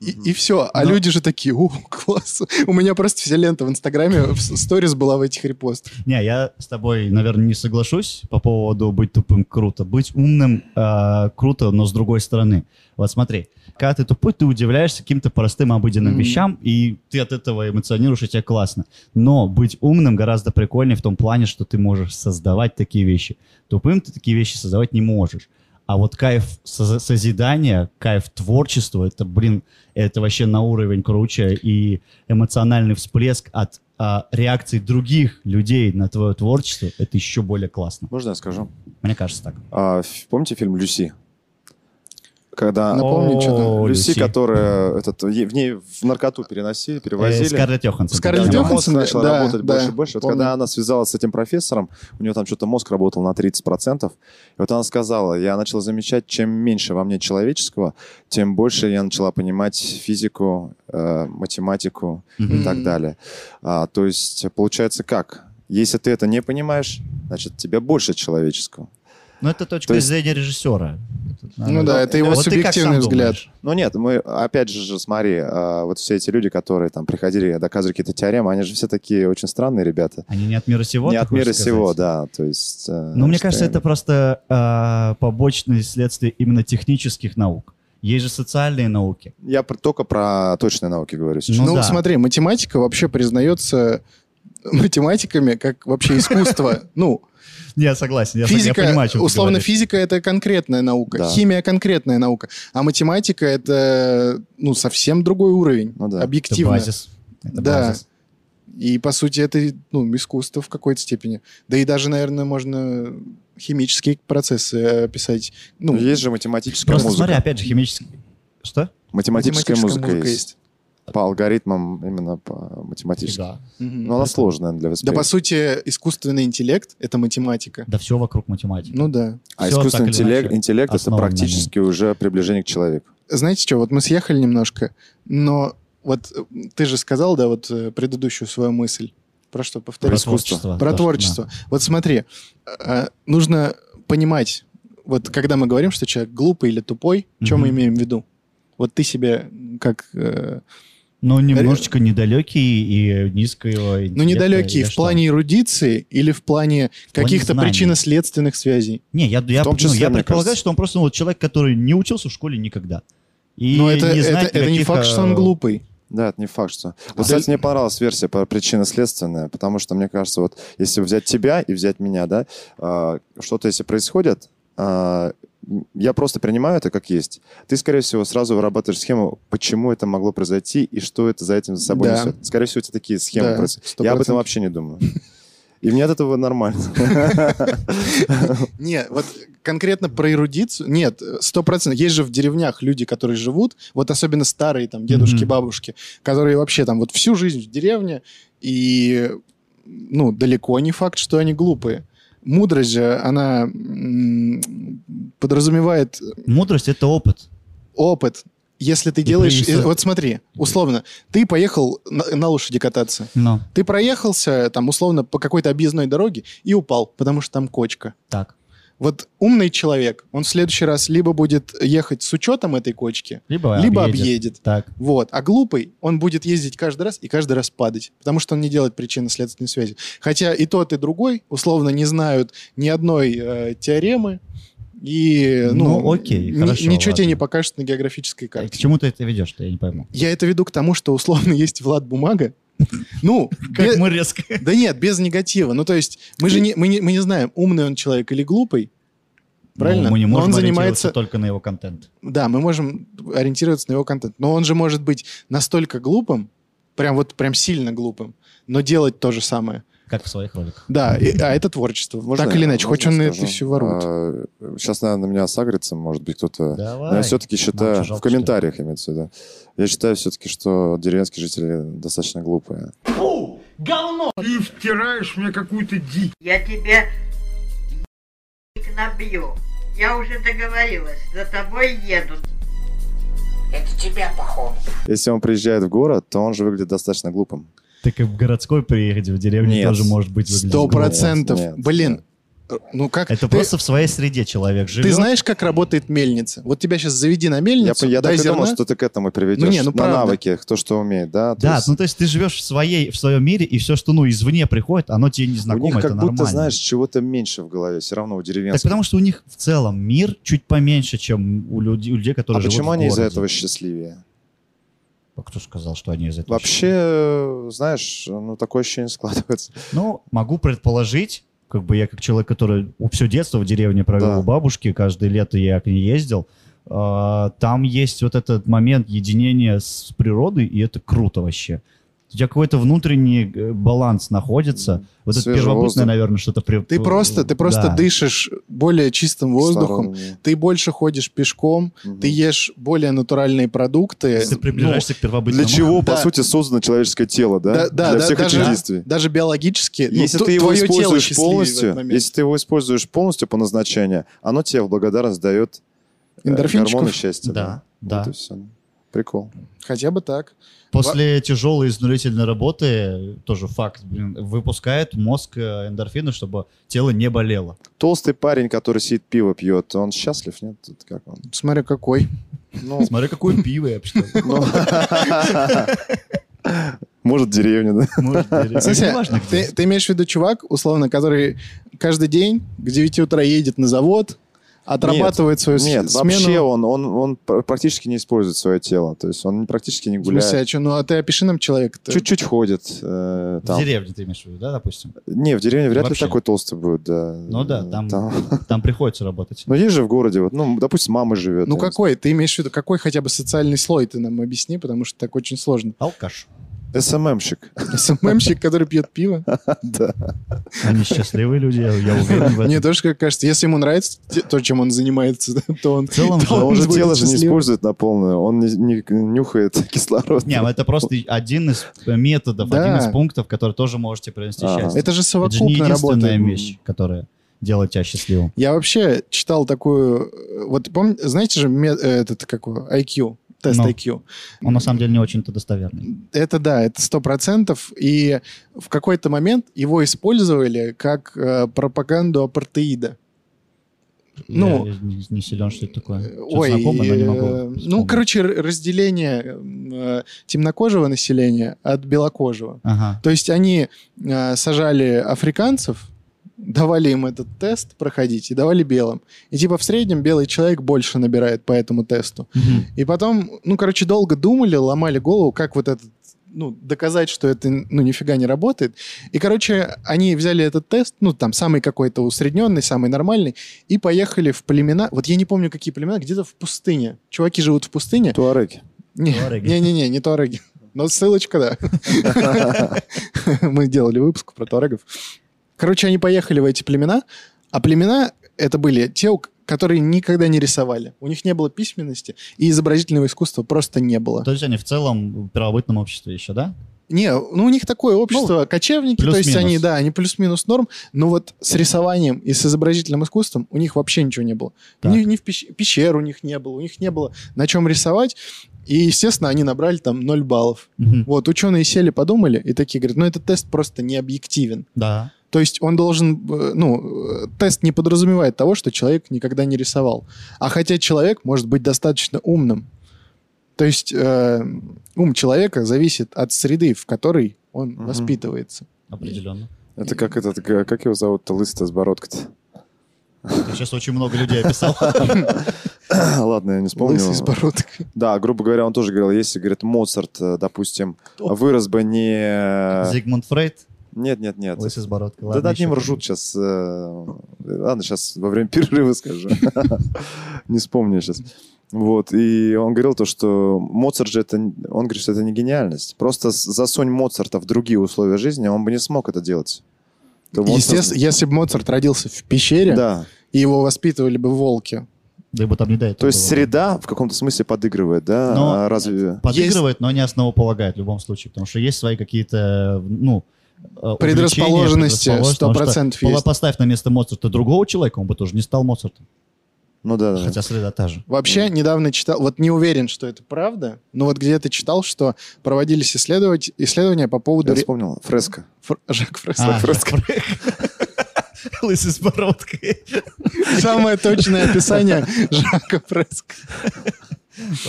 И, все. А Но- люди же такие, о, класс. У меня просто вся лента в Инстаграме, в с- сторис была в этих репостах. Не, я с тобой, наверное, не соглашусь по поводу быть тупым круто. Быть умным э, круто, но с другой стороны. Вот смотри, когда ты тупой, ты удивляешься каким-то простым обыденным Мгм. вещам, и ты от этого эмоционируешь, и тебе классно. Но быть умным гораздо прикольнее в том плане, что ты можешь создавать такие вещи. Тупым ты такие вещи создавать не можешь. А вот кайф соз- созидания, кайф творчества, это, блин, это вообще на уровень круче. И эмоциональный всплеск от а, реакций других людей на твое творчество, это еще более классно. Можно я скажу? Мне кажется так. А, ф- помните фильм «Люси»? Когда Напомни, О, чё там. Люси, Люси. которая этот, е- в ней в наркоту переносили, Э, перевозили. Скарлетт Йоханссон. Скарлетт по-моему. Да, Йоханссон. мозг начал да, работать да, больше и больше. Вот помню. когда она связалась с этим профессором, у нее там что-то мозг работал на 30%. И вот она сказала, я начала замечать, чем меньше во мне человеческого, тем больше я начала понимать физику, э, математику и Мгм. так Мгм. далее. А, то есть получается как? Если ты это не понимаешь, значит, тебе больше человеческого. Но Ну, это точка То есть- зрения режиссера. Ну да, это его Вот ты как субъективный сам взгляд. думаешь? Ну нет, мы, опять же, же, смотри, а, вот все эти люди, которые там приходили, доказывали какие-то теоремы, они же все такие очень странные ребята. Они не от мира сего. не ты от мира хочешь сего, сказать? да, то есть... э, Ну, мне что кажется, я- это просто а, побочное следствие именно технических наук. Есть же социальные науки. Я про- только про точные науки говорю сейчас. Ну Ну, да. смотри, математика вообще признается математиками как вообще искусство. Ну, Не, Я согласен. Я, физика, я понимаю, о чем ты условно, говоришь. физика — это конкретная наука, Да. химия — конкретная наука, а математика — это, ну, совсем другой уровень, Ну да. Это объективно. базис. Это Да. базис. И, по сути, это, ну, искусство в какой-то степени. Да и даже, наверное, можно химические процессы э, описать. Ну, Ну, есть же математическая Просто музыка. смотри, опять же, химический... Что? математическая, музыка, математическая есть. По алгоритмам, именно по математическим. Фига. Мгм. Но она сложная для Да, восприятия. по сути, искусственный интеллект — это математика. Да все вокруг математики. Ну да. а всё искусственный так или интеллект, иначе интеллект это основан на ней. практически уже приближение к человеку. знаете что, вот мы съехали немножко, но вот э, ты же сказал, да, вот э, предыдущую свою мысль. Про что повторить? про искусство. творчество. Про Да, творчество. Вот смотри, э, нужно понимать, вот когда мы говорим, что человек глупый или тупой, что мы Мгм. имеем в виду? Вот ты себе как... да. э, Ну, немножечко недалекий и низкого ну, интеллекта, недалекий я в что? плане эрудиции или в плане плане каких-то знаний. причинно-следственных связей? Не, я, я, В том ну, числе, я мне предполагаю, кажется. что он просто ну, вот человек, который не учился в школе никогда. И Но это, не это, знает это не никаких, факт, что он э, глупый. Да, это не факт, что... А Вот, кстати, ты- мне понравилась версия про причинно-следственная, потому что, мне кажется, вот если взять тебя и взять меня, да, а, что-то если происходит, а, м, я просто принимаю это как есть. Ты, скорее всего, сразу вырабатываешь схему, почему это могло произойти и что это за этим за собой Да. несет. Скорее всего, у тебя такие схемы Да, происходят. сто Я об этом процентов. вообще не думаю. И мне от этого нормально. Не, вот конкретно про эрудицию, нет, сто процентов. Есть же в деревнях люди, которые живут, вот особенно старые там дедушки, Мгм. бабушки, которые вообще там вот всю жизнь в деревне, и, ну, далеко не факт, что они глупые. Мудрость же, она м, подразумевает Мудрость — это опыт. опыт. Если ты делаешь... принесет. Вот смотри, условно, ты поехал на, на лошади кататься, Но ты проехался там условно по какой-то объездной дороге и упал, потому что там кочка. так. Вот умный человек, он в следующий раз либо будет ехать с учетом этой кочки, Либо, либо объедет. объедет. Так. Вот. А глупый, он будет ездить каждый раз и каждый раз падать, потому что он не делает причинно-следственной связи. Хотя и тот, и другой, условно, не знают ни одной э, теоремы, и, ну, Ну, окей, ни- хорошо, ничего тебе ладно. не покажет на географической Э, К карте. чему ты это ведешь-то, я не пойму. Я это веду к тому, что, условно, есть Влад Бумага. Ну, бе- мы резко... да нет, без негатива. Ну, то есть, мы же не, мы не, мы не знаем, умный он человек или глупый. Правильно? мы не Но можем он ориентироваться занимается... только на его контент. Да, мы можем ориентироваться на его контент. Но он же может быть настолько глупым, прям вот прям сильно глупым, но делать то же самое. Как в своих роликах. Да, и- а это творчество. Можно так я- или иначе, можно хоть он я это скажу? все ворует. А, Сейчас, наверное, на меня сагрится, может быть, кто-то... Но Давай. я все-таки считаю, же в жалко, комментариях имеется в виду, я считаю все-таки, что деревенские жители достаточно глупые. Ты втираешь мне какую-то дичь. Я тебя ебик набью. Я уже договорилась, за тобой еду. Это тебя, похоже. Если он приезжает в город, то он же выглядит достаточно глупым. Ты как в городской приехать, в деревне Нет. тоже может быть выглядит Сто глупо. процентов. Нет, нет. Блин. Ну как? Это ты, просто в своей среде человек живет. ты знаешь, как работает мельница? Вот тебя сейчас заведи на Я, мельницу, по- я дай так и думал, зерна. что ты к этому приведешь. Ну не, ну на правда. навыки, кто что умеет, да? То Да, есть ну то есть ты живешь в своей, в своем мире, и все, что ну извне приходит, оно тебе не у них знакомо, как это будто, нормально. знаешь, чего-то меньше в голове, все равно у так деревенских. потому что у них в целом мир чуть поменьше, чем у людей, у людей которые а живут почему в они из-за городе. этого счастливее? А Кто сказал, что они из этого? Вообще, э, знаешь, ну такое ощущение складывается. Ну, могу предположить, как бы я как человек, который все детство в деревне провел Да. у бабушки, каждое лето я к ней ездил, а, там есть вот этот момент единения с природой, и это круто вообще. У тебя какой-то внутренний э, баланс находится. Вот это Свежий первобытное, воздух. наверное, что-то... При... Ты просто, ты просто Да. дышишь более чистым воздухом, Кислородом. ты больше ходишь пешком, Мгм. ты ешь более натуральные продукты. Ты Ну, приближаешься к первобытному. Для чего, по Да. сути, создано человеческое тело, да? Да, да, Для да, всех даже- этих действий. Даже биологически, ну, Если т- ты его твое тело используешь счастливее в этот полностью, момент. если ты его используешь полностью по назначению, оно тебе в благодарность дает э, Эндорфинчиков? гормоны счастья. Да, да. Вот и всё. Прикол. Хотя бы так. После тяжелой изнурительной работы, тоже факт, блин, выпускает мозг э, эндорфины, чтобы тело не болело. Толстый парень, который сидит пиво пьет, он счастлив, нет? Тут как он? Смотря какой. Ну, Смотри, какое пиво я обчитал. ну. Может, деревня, да? Может, деревня. Слушай, Неважно, где. ты, ты имеешь в виду чувак, условно, который каждый день к 9 утра едет на завод, отрабатывает свою с- Нет, смену. вообще он, он, он пр- практически не использует свое тело. То есть он практически не В смысле, гуляет. а чё, ну а ты опиши нам человека-то. Чуть-чуть ходит. э, В там. деревне ты имеешь в виду, да, допустим? Не, в деревне вряд Вообще. ли такой толстый будет, да. Ну да, там- Там приходится работать. Но есть же в городе, вот, ну, допустим, мама живет. Ну я не какой? Ты имеешь в виду, какой хотя бы социальный слой ты нам объясни, потому что так очень сложно. Алкаш. знаю. СММщик. СММщик, который пьет пиво. Да. Они счастливые люди, я я уверен в этом. Мне тоже как кажется, если ему нравится те- то, чем он занимается, то он... В целом Да, же... Но он же будет тело же не счастливым. использует на полную. Он не, не нюхает кислород. Не, ну, это просто один из методов, Да. один из пунктов, который тоже можете принести Ага. счастье. Это же Это же не совокупная работа. единственная вещь, которая делает тебя счастливым. Я вообще читал такую... э, Вот помни- знаете же, ме- э, этот какой IQ, тест Ну. IQ. Он на самом деле не очень-то достоверный. Это да, это сто процентов. И в какой-то момент его использовали как э, пропаганду апартеида. Ну, я, я не, не силен, что это такое. Э, Чё-то Ой, знакомо, но не э, могу ну, вспомнить. короче, р- разделение м, э, темнокожего населения от белокожего. Ага. То есть они э, сажали африканцев, давали им этот тест проходить и давали белым. И типа в среднем белый человек больше набирает по этому тесту. Мгм. И потом, ну, короче, долго думали, ломали голову, как вот этот, ну, доказать, что это, ну, нифига не работает. И, короче, они взяли этот тест, ну, там, самый какой-то усредненный, самый нормальный, и поехали в племена, вот я не помню, какие племена, где-то в пустыне. Чуваки живут в пустыне. Туареги. Не- Туареги. Не-не-не, не Туареги. Но ссылочка, да. Мы делали выпуск про Туарегов. Короче, они поехали в эти племена, а племена это были те, у к- которые никогда не рисовали. У них не было письменности, и изобразительного искусства просто не было. То есть они в целом в первобытном обществе еще, да? Не, ну у них такое общество, кочевники, то есть плюс-минус. они, да, они плюс-минус норм, но вот с рисованием и с изобразительным искусством у них вообще ничего не было. Так. Ни, ни в пещ- пещер у них не было, у них не было на чем рисовать, и, естественно, они набрали там 0 баллов. Мгм. Вот, ученые сели, подумали, и такие говорят, ну этот тест просто не объективен. Да. То есть он должен, э, ну, э, тест не подразумевает того, что человек никогда не рисовал. А хотя человек может быть достаточно умным. То есть э, ум человека зависит от среды, в которой он Мгм. воспитывается. Определенно. Это как этот, г- как его зовут-то, лысый с бородкой-то? Ты сейчас очень много людей описал. Ладно, я не вспомнил. Лысый с бородкой. Да, грубо говоря, он тоже говорил, если, говорит, Моцарт, э, допустим, О. вырос бы не... Зигмунд Фрейд, Нет, нет, нет. лысый с бородкой. А, Да Ладно, над ним еще. ржут сейчас. Ладно, сейчас во время перерыва скажу. Не вспомню сейчас. Вот, и он говорил то, что Моцарт же это, н- он говорит, что это не гениальность. Просто с- засунь Моцарта в другие условия жизни, он бы не смог это делать. то можно- Естественно, если бы Моцарт родился в пещере, Да. и его воспитывали бы волки. Да ибо там не до этого То есть было. среда в каком-то смысле подыгрывает, да? Но- А разве... Подыгрывает, но не основополагает в любом случае, потому что есть свои какие-то, ну, э, увлечения, предрасположенности, Предрасположенности потому что 100% пола- есть. Поставь на место Моцарта другого человека, он бы тоже не стал Моцартом, Ну да, да. хотя среда та же. Вообще, недавно читал, вот не уверен, что это правда, но вот где-то читал, что проводились исследовать, исследования по поводу... Я ре- вспомнил. Фреска. Фр- Жак Фресо. А, Лысый с бородкой. Самое точное описание Жака Фреско.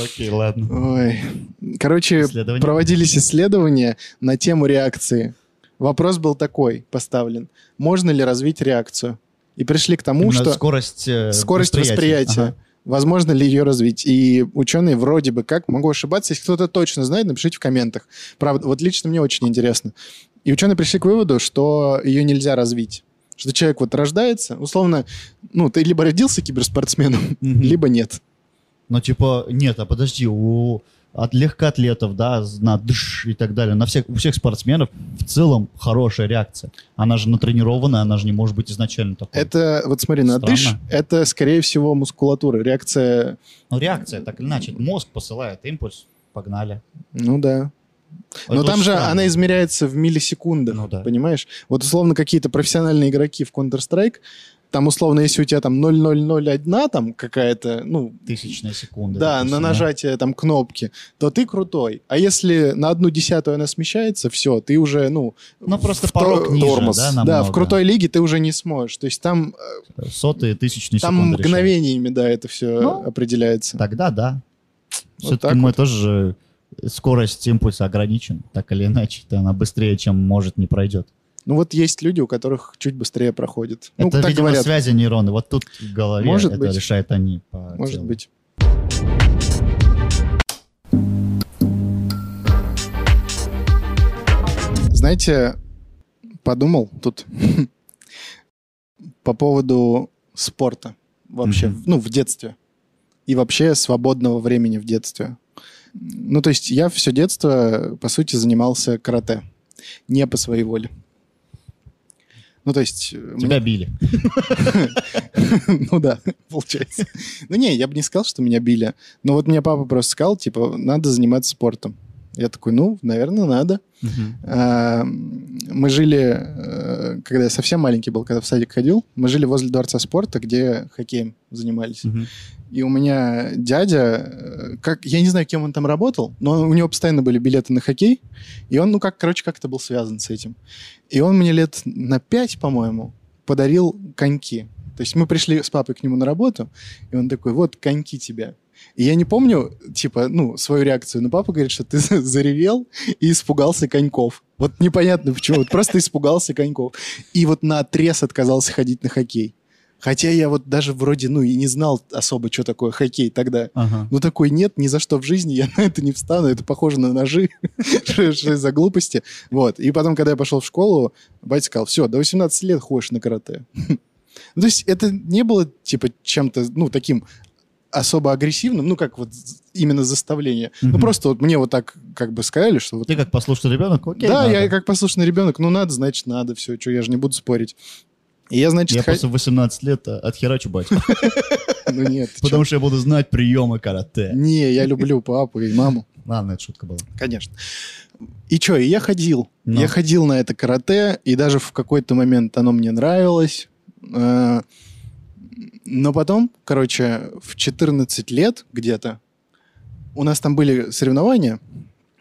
Окей, ладно. Ой. Короче, Исследования. проводились исследования на тему реакции. Вопрос был такой поставлен. Можно ли развить реакцию? И пришли к тому, Именно что скорость, э, скорость восприятия. Ага. Возможно ли ее развить? И ученые вроде бы как, могу ошибаться, если кто-то точно знает, напишите в комментах. Правда, вот лично мне очень интересно. И ученые пришли к выводу, что ее нельзя развить. Что человек вот рождается, условно, ну, ты либо родился киберспортсменом, Мгм. либо нет. Ну, типа, нет, а подожди, у от легкоатлетов, да, на дыш и так далее, на всех, у всех спортсменов в целом хорошая реакция. Она же натренированная, она же не может быть изначально такой. Это, вот смотри, на Странно. дыш, это, скорее всего, мускулатура, реакция, Ну, реакция, так или иначе, мозг посылает импульс, погнали. ну да, Но Это Ну, там очень же странно. она измеряется в миллисекундах, Ну да. понимаешь? Вот условно какие-то профессиональные игроки в Counter-Strike, там условно, если у тебя там 0001 там какая-то, ну, Тысячная секунда. да, на допустим, нажатие там кнопки, то ты крутой. А если на одну десятую она смещается, все, ты уже, ну, Ну, просто в порог то- ниже, тормоз. да, да, намного. в крутой лиге ты уже не сможешь. То есть там, э, Сотые, тысячные там секунды решают. мгновениями, да, это все Ну, определяется. Тогда да. Вот Все-таки так мы тоже скорость импульса ограничен, так или иначе. то Она быстрее, чем может, не пройдет. Ну вот есть люди, у которых чуть быстрее проходит. ну, это, так видимо, говорят, связи нейроны. Вот тут в голове Может это быть. решает они. по может телу. быть. Знаете, подумал тут по поводу спорта вообще, Мгм. ну, в детстве. И вообще свободного времени в детстве. Ну, то есть я все детство, по сути, занимался карате. Не по своей воле. Ну, то есть... э, Тебя били. ну да, получается. Ну не, я бы не сказал, что меня били. Но вот мне папа просто сказал, типа, надо заниматься спортом. Я такой, ну, наверное, надо. А, Мы жили, э, когда я совсем маленький был, когда в садик ходил, мы жили возле Дворца спорта, где хоккеем занимались. Мгм. И у меня дядя, э, как, я не знаю, кем он там работал, но у него постоянно были билеты на хоккей, и он, ну, как, короче, как-то был связан с этим. И он мне лет на пять, по-моему, подарил коньки. То есть мы пришли с папой к нему на работу, и он такой, вот, коньки тебя. И я не помню, типа, ну, свою реакцию, но папа говорит, что ты заревел и испугался коньков. Вот непонятно почему, вот просто испугался коньков. И вот на отрез отказался ходить на хоккей. Хотя я вот даже вроде, ну, и не знал особо, что такое хоккей тогда. Ага. Ну, такой, нет, ни за что в жизни я на это не встану, это похоже на ножи, что что за глупости. Вот, и потом, когда я пошел в школу, батя сказал, все, до 18 лет ходишь на карате. Ну, То есть это не было, типа, чем-то, ну, таким особо агрессивным, ну, как вот з- именно заставление. Ну, Мгм. просто вот мне вот так как бы сказали, что вот Ты как послушный ребенок, окей, да, надо. я как послушный ребенок, ну надо, значит, надо, все, что я же не буду спорить. И я, значит, Я хо- после 18 лет э, отхерачу бать. ну нет, ты Потому чё? что я буду знать приемы карате. не, я люблю папу и маму, Ладно, это шутка была. конечно. И что, и я ходил, Ну. я ходил на это карате, и даже в какой-то момент оно мне нравилось. Э, Но потом, короче, в 14 лет где-то у нас там были соревнования,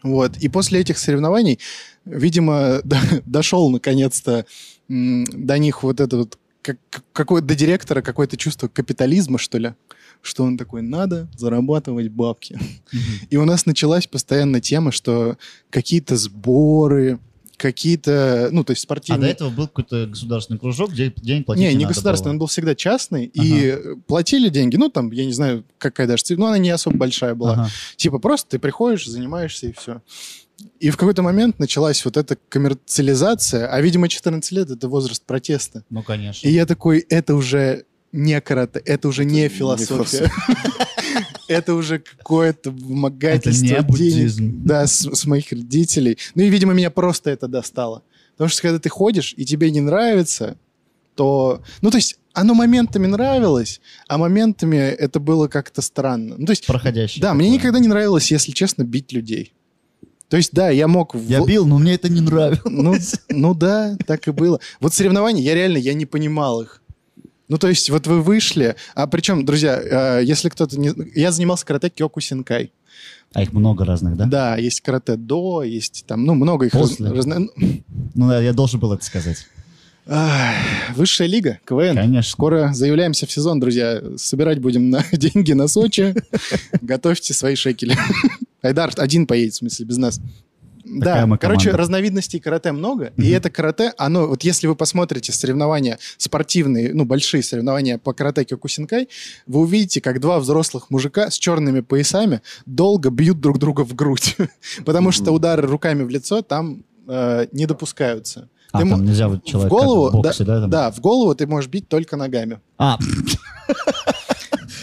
вот, и после этих соревнований, видимо, до- дошел наконец-то м, до них вот это вот как- как- какое до директора какое-то чувство капитализма, что ли, что он такой, надо зарабатывать бабки. А И у нас началась постоянно тема, что какие-то сборы, какие-то, ну, то А до есть спортивные... этого был какой-то государственный кружок, где денег платить не, не надо государственный, он был всегда частный, и э, платили деньги, ну, там, я не знаю, какая даже цифра, но она не особо большая было. была. Ага. Типа просто ты приходишь, занимаешься и все. И в какой-то момент началась вот эта коммерциализация, а, видимо, 14 лет — это возраст протеста. Ну, конечно. И я такой, это уже не карате, это уже не не философия. Это уже какое-то вымогательство Это не денег. буддизм. Да, с, с моих родителей. Ну и, видимо, меня просто это достало. Потому что когда ты ходишь, и тебе не нравится, то... Ну, то есть оно моментами нравилось, а моментами это было как-то странно. Ну, то есть, проходящий. да, мне такой. никогда не нравилось, если честно, бить людей. То есть, да, я мог... в- Я бил, но мне это не нравилось. ну, ну да, так и было. Вот соревнования, я реально, я не понимал их. Ну, то есть, вот вы вышли, а причем, друзья, э, если кто-то не... Я занимался карате Кёку Синкай. А их много разных, да? Да, есть карате до, есть там, ну, много их... После. разно- разно- Ну, да, я должен был это сказать. Ах, Высшая лига, КВН. Конечно. Скоро заявляемся в сезон, друзья. Собирать будем на деньги на Сочи. Готовьте свои шекели. Айдар один поедет, в смысле, без нас. Такая да, мы короче, команда. разновидностей карате много, и Мгм. это карате, оно, вот если вы посмотрите соревнования спортивные, ну, большие соревнования по карате кюкусинкай, вы увидите, как два взрослых мужика с черными поясами долго бьют друг друга в грудь, потому что Мгм. удары руками в лицо там э, не допускаются. А, ты там м- нельзя вот человек в голову, как в боксе, да? там? Да, в голову ты можешь бить только ногами. А,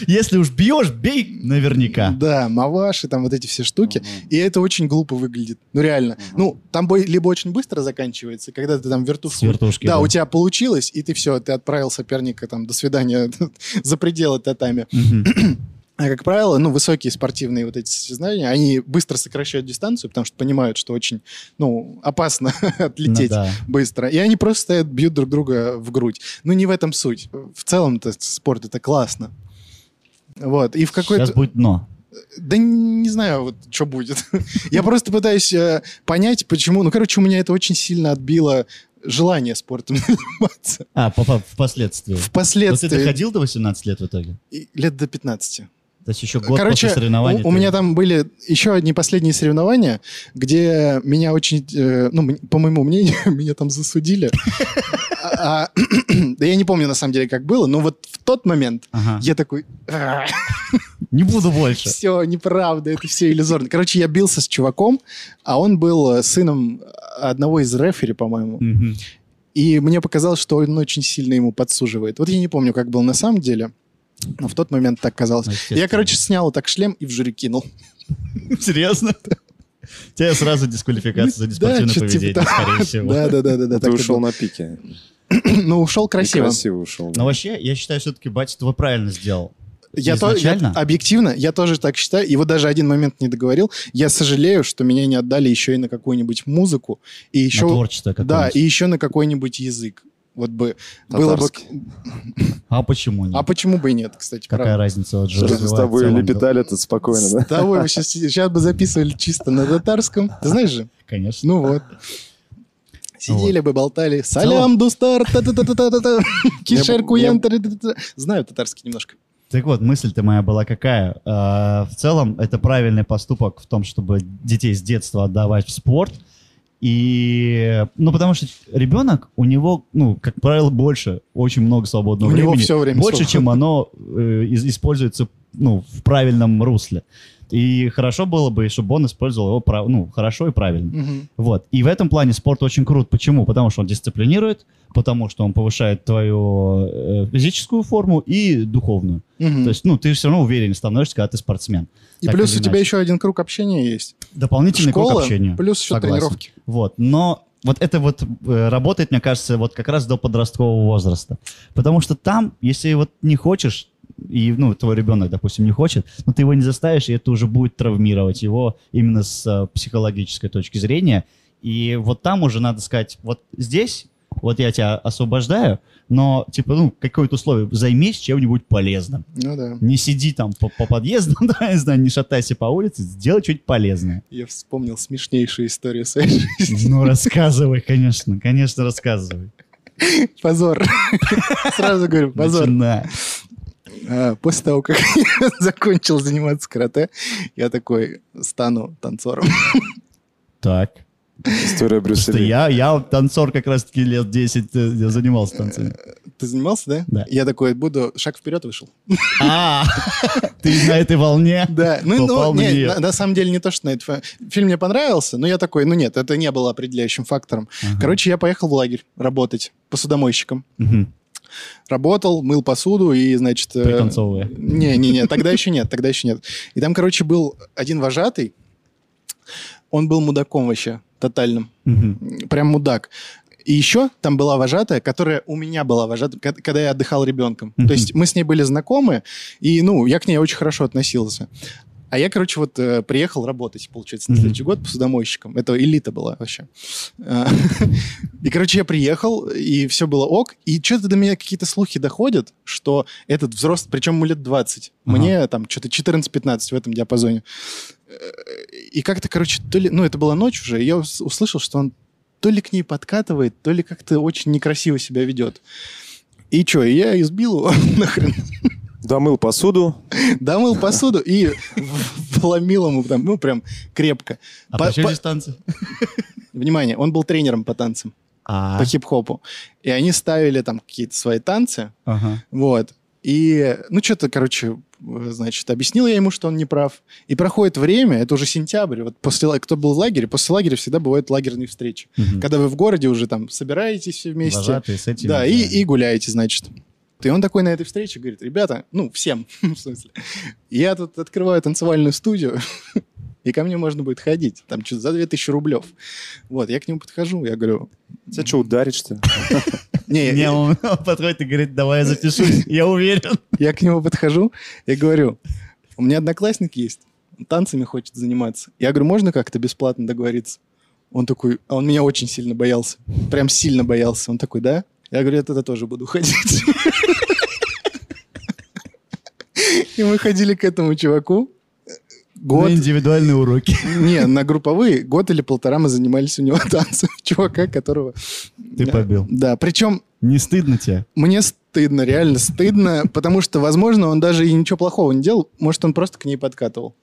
если уж бьешь, бей наверняка. Да, маваши, там вот эти все штуки. Мгм. И это очень глупо выглядит. Ну, реально. Мгм. Ну, там бой либо очень быстро заканчивается, когда ты там С вертушку... вертушки. Да, у тебя получилось, и ты все, ты отправил соперника там до свидания за пределы татами. Мгм. А как правило, ну, высокие спортивные вот эти состязания, они быстро сокращают дистанцию, потому что понимают, что очень, ну, опасно Ну отлететь да. быстро. И они просто стоят, бьют друг друга в грудь. Ну, не в этом суть. В целом-то спорт — это классно. Вот. И в какой-то... Сейчас будет дно. Да не знаю, вот что будет. Я просто пытаюсь э, понять, почему. Ну, короче, у меня это очень сильно отбило желание спортом заниматься. А, по- по- впоследствии. Но ты Впоследствии доходил до 18 лет в итоге? и- лет до 15. То есть еще год Короче, после соревнований? у, у ты- меня там были еще одни последние соревнования, где меня очень, э, ну, м- по моему мнению, меня там засудили. А- а, Да я не помню, на самом деле, как было, но вот в тот момент Ага. я такой... «А, Не буду больше. Все, неправда, это все иллюзорно. Короче, я бился с чуваком, а он был э, сыном одного из рефери, по-моему. Мгм. И мне показалось, что он очень сильно ему подсуживает. Вот я не помню, как было на самом деле, но в тот момент так казалось. Ну, естественно. Я, короче, снял вот так шлем и в жюри кинул. Серьезно? Тебя сразу дисквалификация за Ну, да, деспортивное чё-то типа поведение, того. скорее всего. Да, да, да, да, да. Ты так и ушел было. на пике. Ну, ушел красиво. Красиво ушел. Но вообще, я считаю, все-таки батя твой правильно сделал. Я то- я- Изначально? объективно, я тоже так считаю. И вот даже один момент не договорил. Я сожалею, что меня не отдали еще и на какую-нибудь музыку. И еще... На творчество какое Да, и еще на какой-нибудь язык. Вот бы было бы. Татарский. А почему нет? А почему бы и нет, кстати, Какая правда. разница? Вот же Что с развивает тобой целом, да. лепетали тут спокойно, да? С тобой сейчас, сейчас бы записывали чисто на татарском. Ты знаешь же? Конечно. Ну вот. Сидели бы, болтали. целом- Салям, дустар, та-та-та-та-та-та, Я кишер, бы- куян, я- та-та-та-та. Знаю татарский немножко. Так вот, мысль-то моя была какая. Э, В целом, это правильный поступок в том, чтобы детей с детства отдавать в спорт. И, ну, потому что ребенок, у него, ну, как правило, больше, очень много свободного У времени. него всё время Больше, свободно. чем оно э, из- используется, ну, в правильном русле. И хорошо было бы, чтобы он использовал его, прав- ну, хорошо и правильно. Мгм. Вот. И в этом плане спорт очень крут. Почему? Потому что он дисциплинирует, потому что он повышает твою э, физическую форму и духовную. Мгм. То есть, ну, ты все равно уверен становишься, когда ты спортсмен. И так плюс или у тебя иначе. еще один круг общения есть. Дополнительный круг Школа, общения. плюс еще Согласен. тренировки. Вот. Но вот это вот э, работает, мне кажется, вот как раз до подросткового возраста. Потому что там, если вот не хочешь, и, ну, твой ребенок, допустим, не хочет, но ты его не заставишь, и это уже будет травмировать его именно с э, психологической точки зрения. И вот там уже надо сказать, вот здесь, вот я тебя освобождаю, но, типа, ну, какое-то условие, займись чем-нибудь полезным. Ну да. Не сиди там по, по подъездам, да, я знаю, не шатайся по улице, сделай что-нибудь полезное. Я вспомнил смешнейшую историю своей жизни. Ну, рассказывай, конечно, конечно, рассказывай. Позор. Сразу говорю, позор. Начинай. А, После того, как я закончил заниматься карате, я такой стану танцором. Так. История Брюса Что Ли. я, я танцор как раз-таки лет 10 э, я занимался танцами. Ты занимался, да? Да. Я такой буду шаг вперед вышел. А, ты на этой волне? Да, ну, ну, Попал на не, нее. на, на самом деле не то, что на это. фа- Фильм мне понравился, но я такой, ну нет, это не было определяющим фактором. Ага. Короче, я поехал в лагерь работать посудомойщиком. Мгм. Работал, мыл посуду и, значит... э, Пританцовывая. Не-не-не, тогда еще нет, тогда еще нет. И там, короче, был один вожатый, он был мудаком вообще, тотальным, Мгм. прям мудак. И еще там была вожатая, которая у меня была вожатая, ко- когда я отдыхал ребенком. Мгм. То есть мы с ней были знакомы, и, ну, я к ней очень хорошо относился. А я, короче, вот э, приехал работать, получается, на Мгм. следующий год посудомойщиком. Это элита была вообще. Э, И, короче, я приехал, и все было ок. И что-то до меня какие-то слухи доходят, что этот взрослый, причем ему лет 20, Ага. мне там что-то 14-15 в этом диапазоне. Э, И как-то, короче, то ли... Ну, это была ночь уже, и я ус- услышал, что он то ли к ней подкатывает, то ли как-то очень некрасиво себя ведет. И что, я избил его нахрен. Домыл посуду. Домыл посуду и в- вломил ему там, ну, прям крепко. А По- почему по- здесь танцы? Внимание, он был тренером по танцам, А, по хип-хопу. И они ставили там какие-то свои танцы, ага. вот. И, ну, что-то, короче, э, значит, объяснил я ему, что он не прав. И проходит время, это уже сентябрь, вот после, ла- кто был в лагере, после лагеря всегда бывают лагерные встречи. Мгм. Когда вы в городе уже там собираетесь все вместе. Вожатые с этим. Да, и, и гуляете, значит. И он такой на этой встрече говорит, ребята, ну, всем, в смысле, я тут открываю танцевальную студию, и ко мне можно будет ходить, там, что-то за 2000 рублев. Вот, я к нему подхожу, я говорю... Тебя что, ударить, что ли? Не, я- Не, он он подходит и говорит, давай я запишусь, я уверен. Я к нему подхожу и говорю, у меня одноклассник есть, он танцами хочет заниматься. Я говорю, можно как-то бесплатно договориться? Он такой, а он меня очень сильно боялся, прям сильно боялся. Он такой, да? Я говорю, я тогда тоже буду ходить. И мы ходили к этому чуваку. Год, На индивидуальные уроки. не, на групповые, год или полтора мы занимались у него танцем. Чувака, которого... Ты побил. Да, причем Не стыдно тебе? мне стыдно, реально стыдно, потому что, возможно, он даже и ничего плохого не делал, может, он просто к ней подкатывал.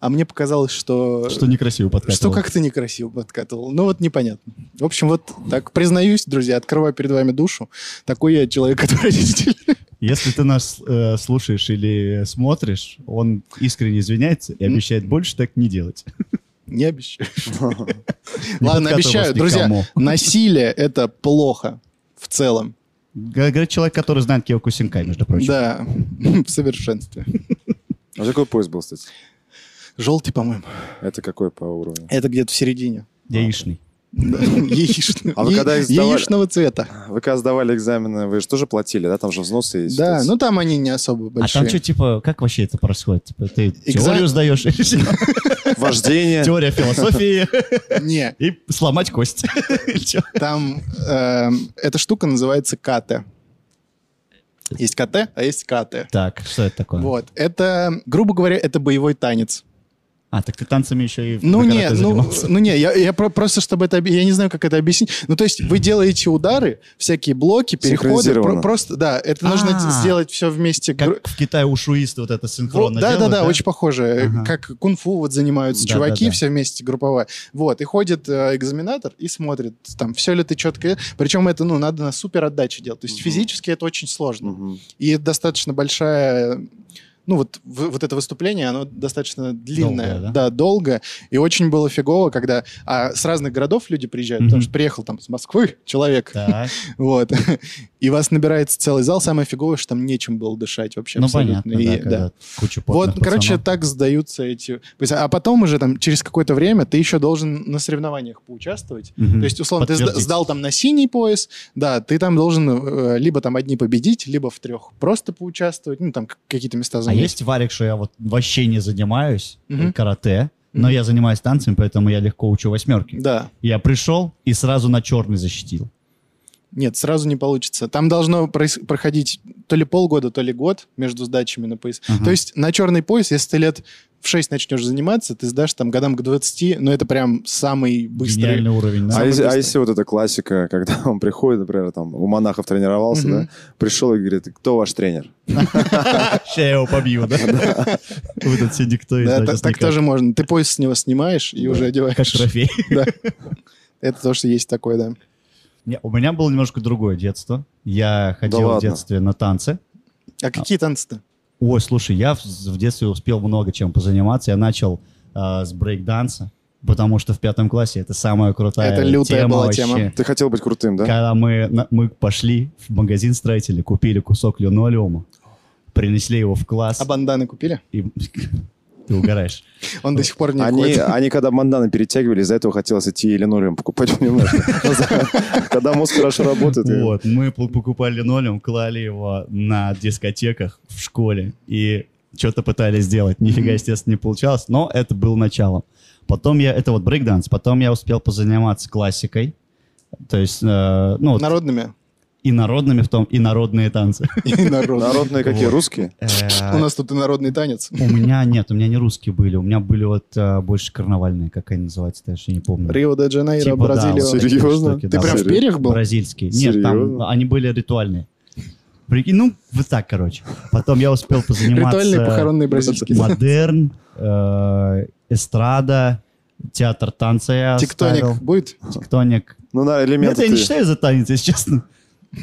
А мне показалось, что... Что некрасиво подкатывал. что как-то некрасиво подкатывал. Ну вот непонятно. В общем, вот так признаюсь, друзья, открываю перед вами душу. Такой я человек отвратительный. Если ты нас э, слушаешь или смотришь, он искренне извиняется и обещает больше так не делать. Не обещаю. Не Ладно, подкатывай обещаю. вас Друзья, никому. насилие — это плохо в целом. Г- Говорит человек, который знает Киоку Синкай, между прочим. Да, в совершенстве. А какой поезд был, кстати? Желтый, по-моему. Это какой по уровню? Это где-то в середине. Яичный. Да, яичного- А вы когда их сдавали? Яичного цвета. Вы когда сдавали экзамены, вы же тоже платили, да? Там же взносы есть. Да, То ну там они не особо большие. А там что, типа, как вообще это происходит? Типа, ты теорию Экзамен- сдаешь, или что? есть Вождение. теория философии Не, и сломать кость. Или чё? там эм, эта штука называется кате. Есть кате, а есть кате. Так, что это такое? Вот, это, грубо говоря, это боевой танец. А, так ты танцами еще и Ну на не, карате ну, занимался. ну не, я, я про- просто чтобы это, объ- я не знаю, как это объяснить. Ну то есть вы делаете удары, всякие блоки, переходы, Синхронизированно. про- просто, да, это нужно А. сделать все вместе. Гру- Как в Китае у шуиста вот это синхронно да, да, делают, да, очень похоже. э, Ага. Как кунг-фу вот занимаются Да, чуваки, да, да. все вместе, групповая. Вот, и ходит э, экзаменатор и смотрит, там, все ли ты четко... Причем это, ну, надо на супер отдаче делать. То есть Мгм. физически это очень сложно. Мгм. И это достаточно большая... Ну, вот, в- вот это выступление, оно достаточно длинное. Долгое, да? да? долго. И очень было фигово, когда а, с разных городов люди приезжают, Мгм. потому что приехал там с Москвы человек, Так, вот. И вас набирается целый зал. Самое фиговое, что там нечем было дышать вообще ну абсолютно. понятно, И- да, да. когда куча Вот, потных короче, пацанов. так сдаются эти... То есть, А потом уже там через какое-то время ты еще должен на соревнованиях поучаствовать. Мгм. То есть, условно, ты сда- Подтвердить. сдал там на синий пояс, да, ты там должен э, либо там одни победить, либо в трех просто поучаствовать, ну, там к- какие-то места А занять. есть варик, что я вот вообще не занимаюсь Мгм. э, карате, но Мгм. я занимаюсь танцами, поэтому я легко учу восьмерки. Да. Я пришел и сразу на черный защитил. Нет, сразу не получится. Там должно проис- проходить то ли полгода, то ли год между сдачами на пояс. Ага. То есть на черный пояс, если ты лет в 6 начнешь заниматься, ты сдашь там годам к 20, но это прям самый быстрый... Гениальный уровень, да? А, Самый если, а быстрый. если вот эта классика, когда он приходит, например, там у монахов тренировался, Мгм. да, пришел и говорит, кто ваш тренер? Сейчас я его побью, да? Вы тут все никто и А? Да, та- знаете, так никак. тоже можно. Ты пояс с него снимаешь и Да. уже одеваешь. Как трофей. Да. Это то, что есть такое, да. Не, У меня было немножко другое детство. Я ходил в ладно. детстве на танцы. А какие танцы-то? Ой, слушай, я в, в детстве успел много чем позаниматься. Я начал а, с брейк-данса, потому что в пятом классе это самая крутая Это лютая тема была вообще. тема. Ты хотел быть крутым, да? Когда мы, на- мы пошли в магазин строителей, купили кусок линолеума, принесли его в класс. А банданы купили? И- Ты угораешь. Он до сих пор не Они, уходит. они когда манданы перетягивали, из-за этого хотелось идти и линолеум покупать немножко. Когда мозг хорошо работает. и- Вот, мы пл- покупали линолеум, клали его на дискотеках в школе и что-то пытались сделать. Нифига, естественно, не получалось, но это было началом. Потом я, это вот брейкданс, потом я успел позаниматься классикой, то есть, э, ну, вот Народными и народными в том, и народные танцы. и народными. Народные какие, Вот. русские? Э, У нас тут и народный танец. У меня нет, у меня не русские были, у меня были вот э, больше карнавальные, как они называются, даже не помню. Рио-де-Джанейро, Типа, да, вот Бразилия. такие Серьезно? штуки, Ты да. прям в Серьезно? перьях был? Бразильские. Нет, там Серьезно? они были ритуальные. Прикинь, ну, вот так, короче. Потом я успел позаниматься... Ритуальные похоронные бразильские. Модерн, э, эстрада, театр танца я оставил. Тектоник будет? Тектоник. Ну, на Нет, элементы я не ты- считаю за танец, если честно.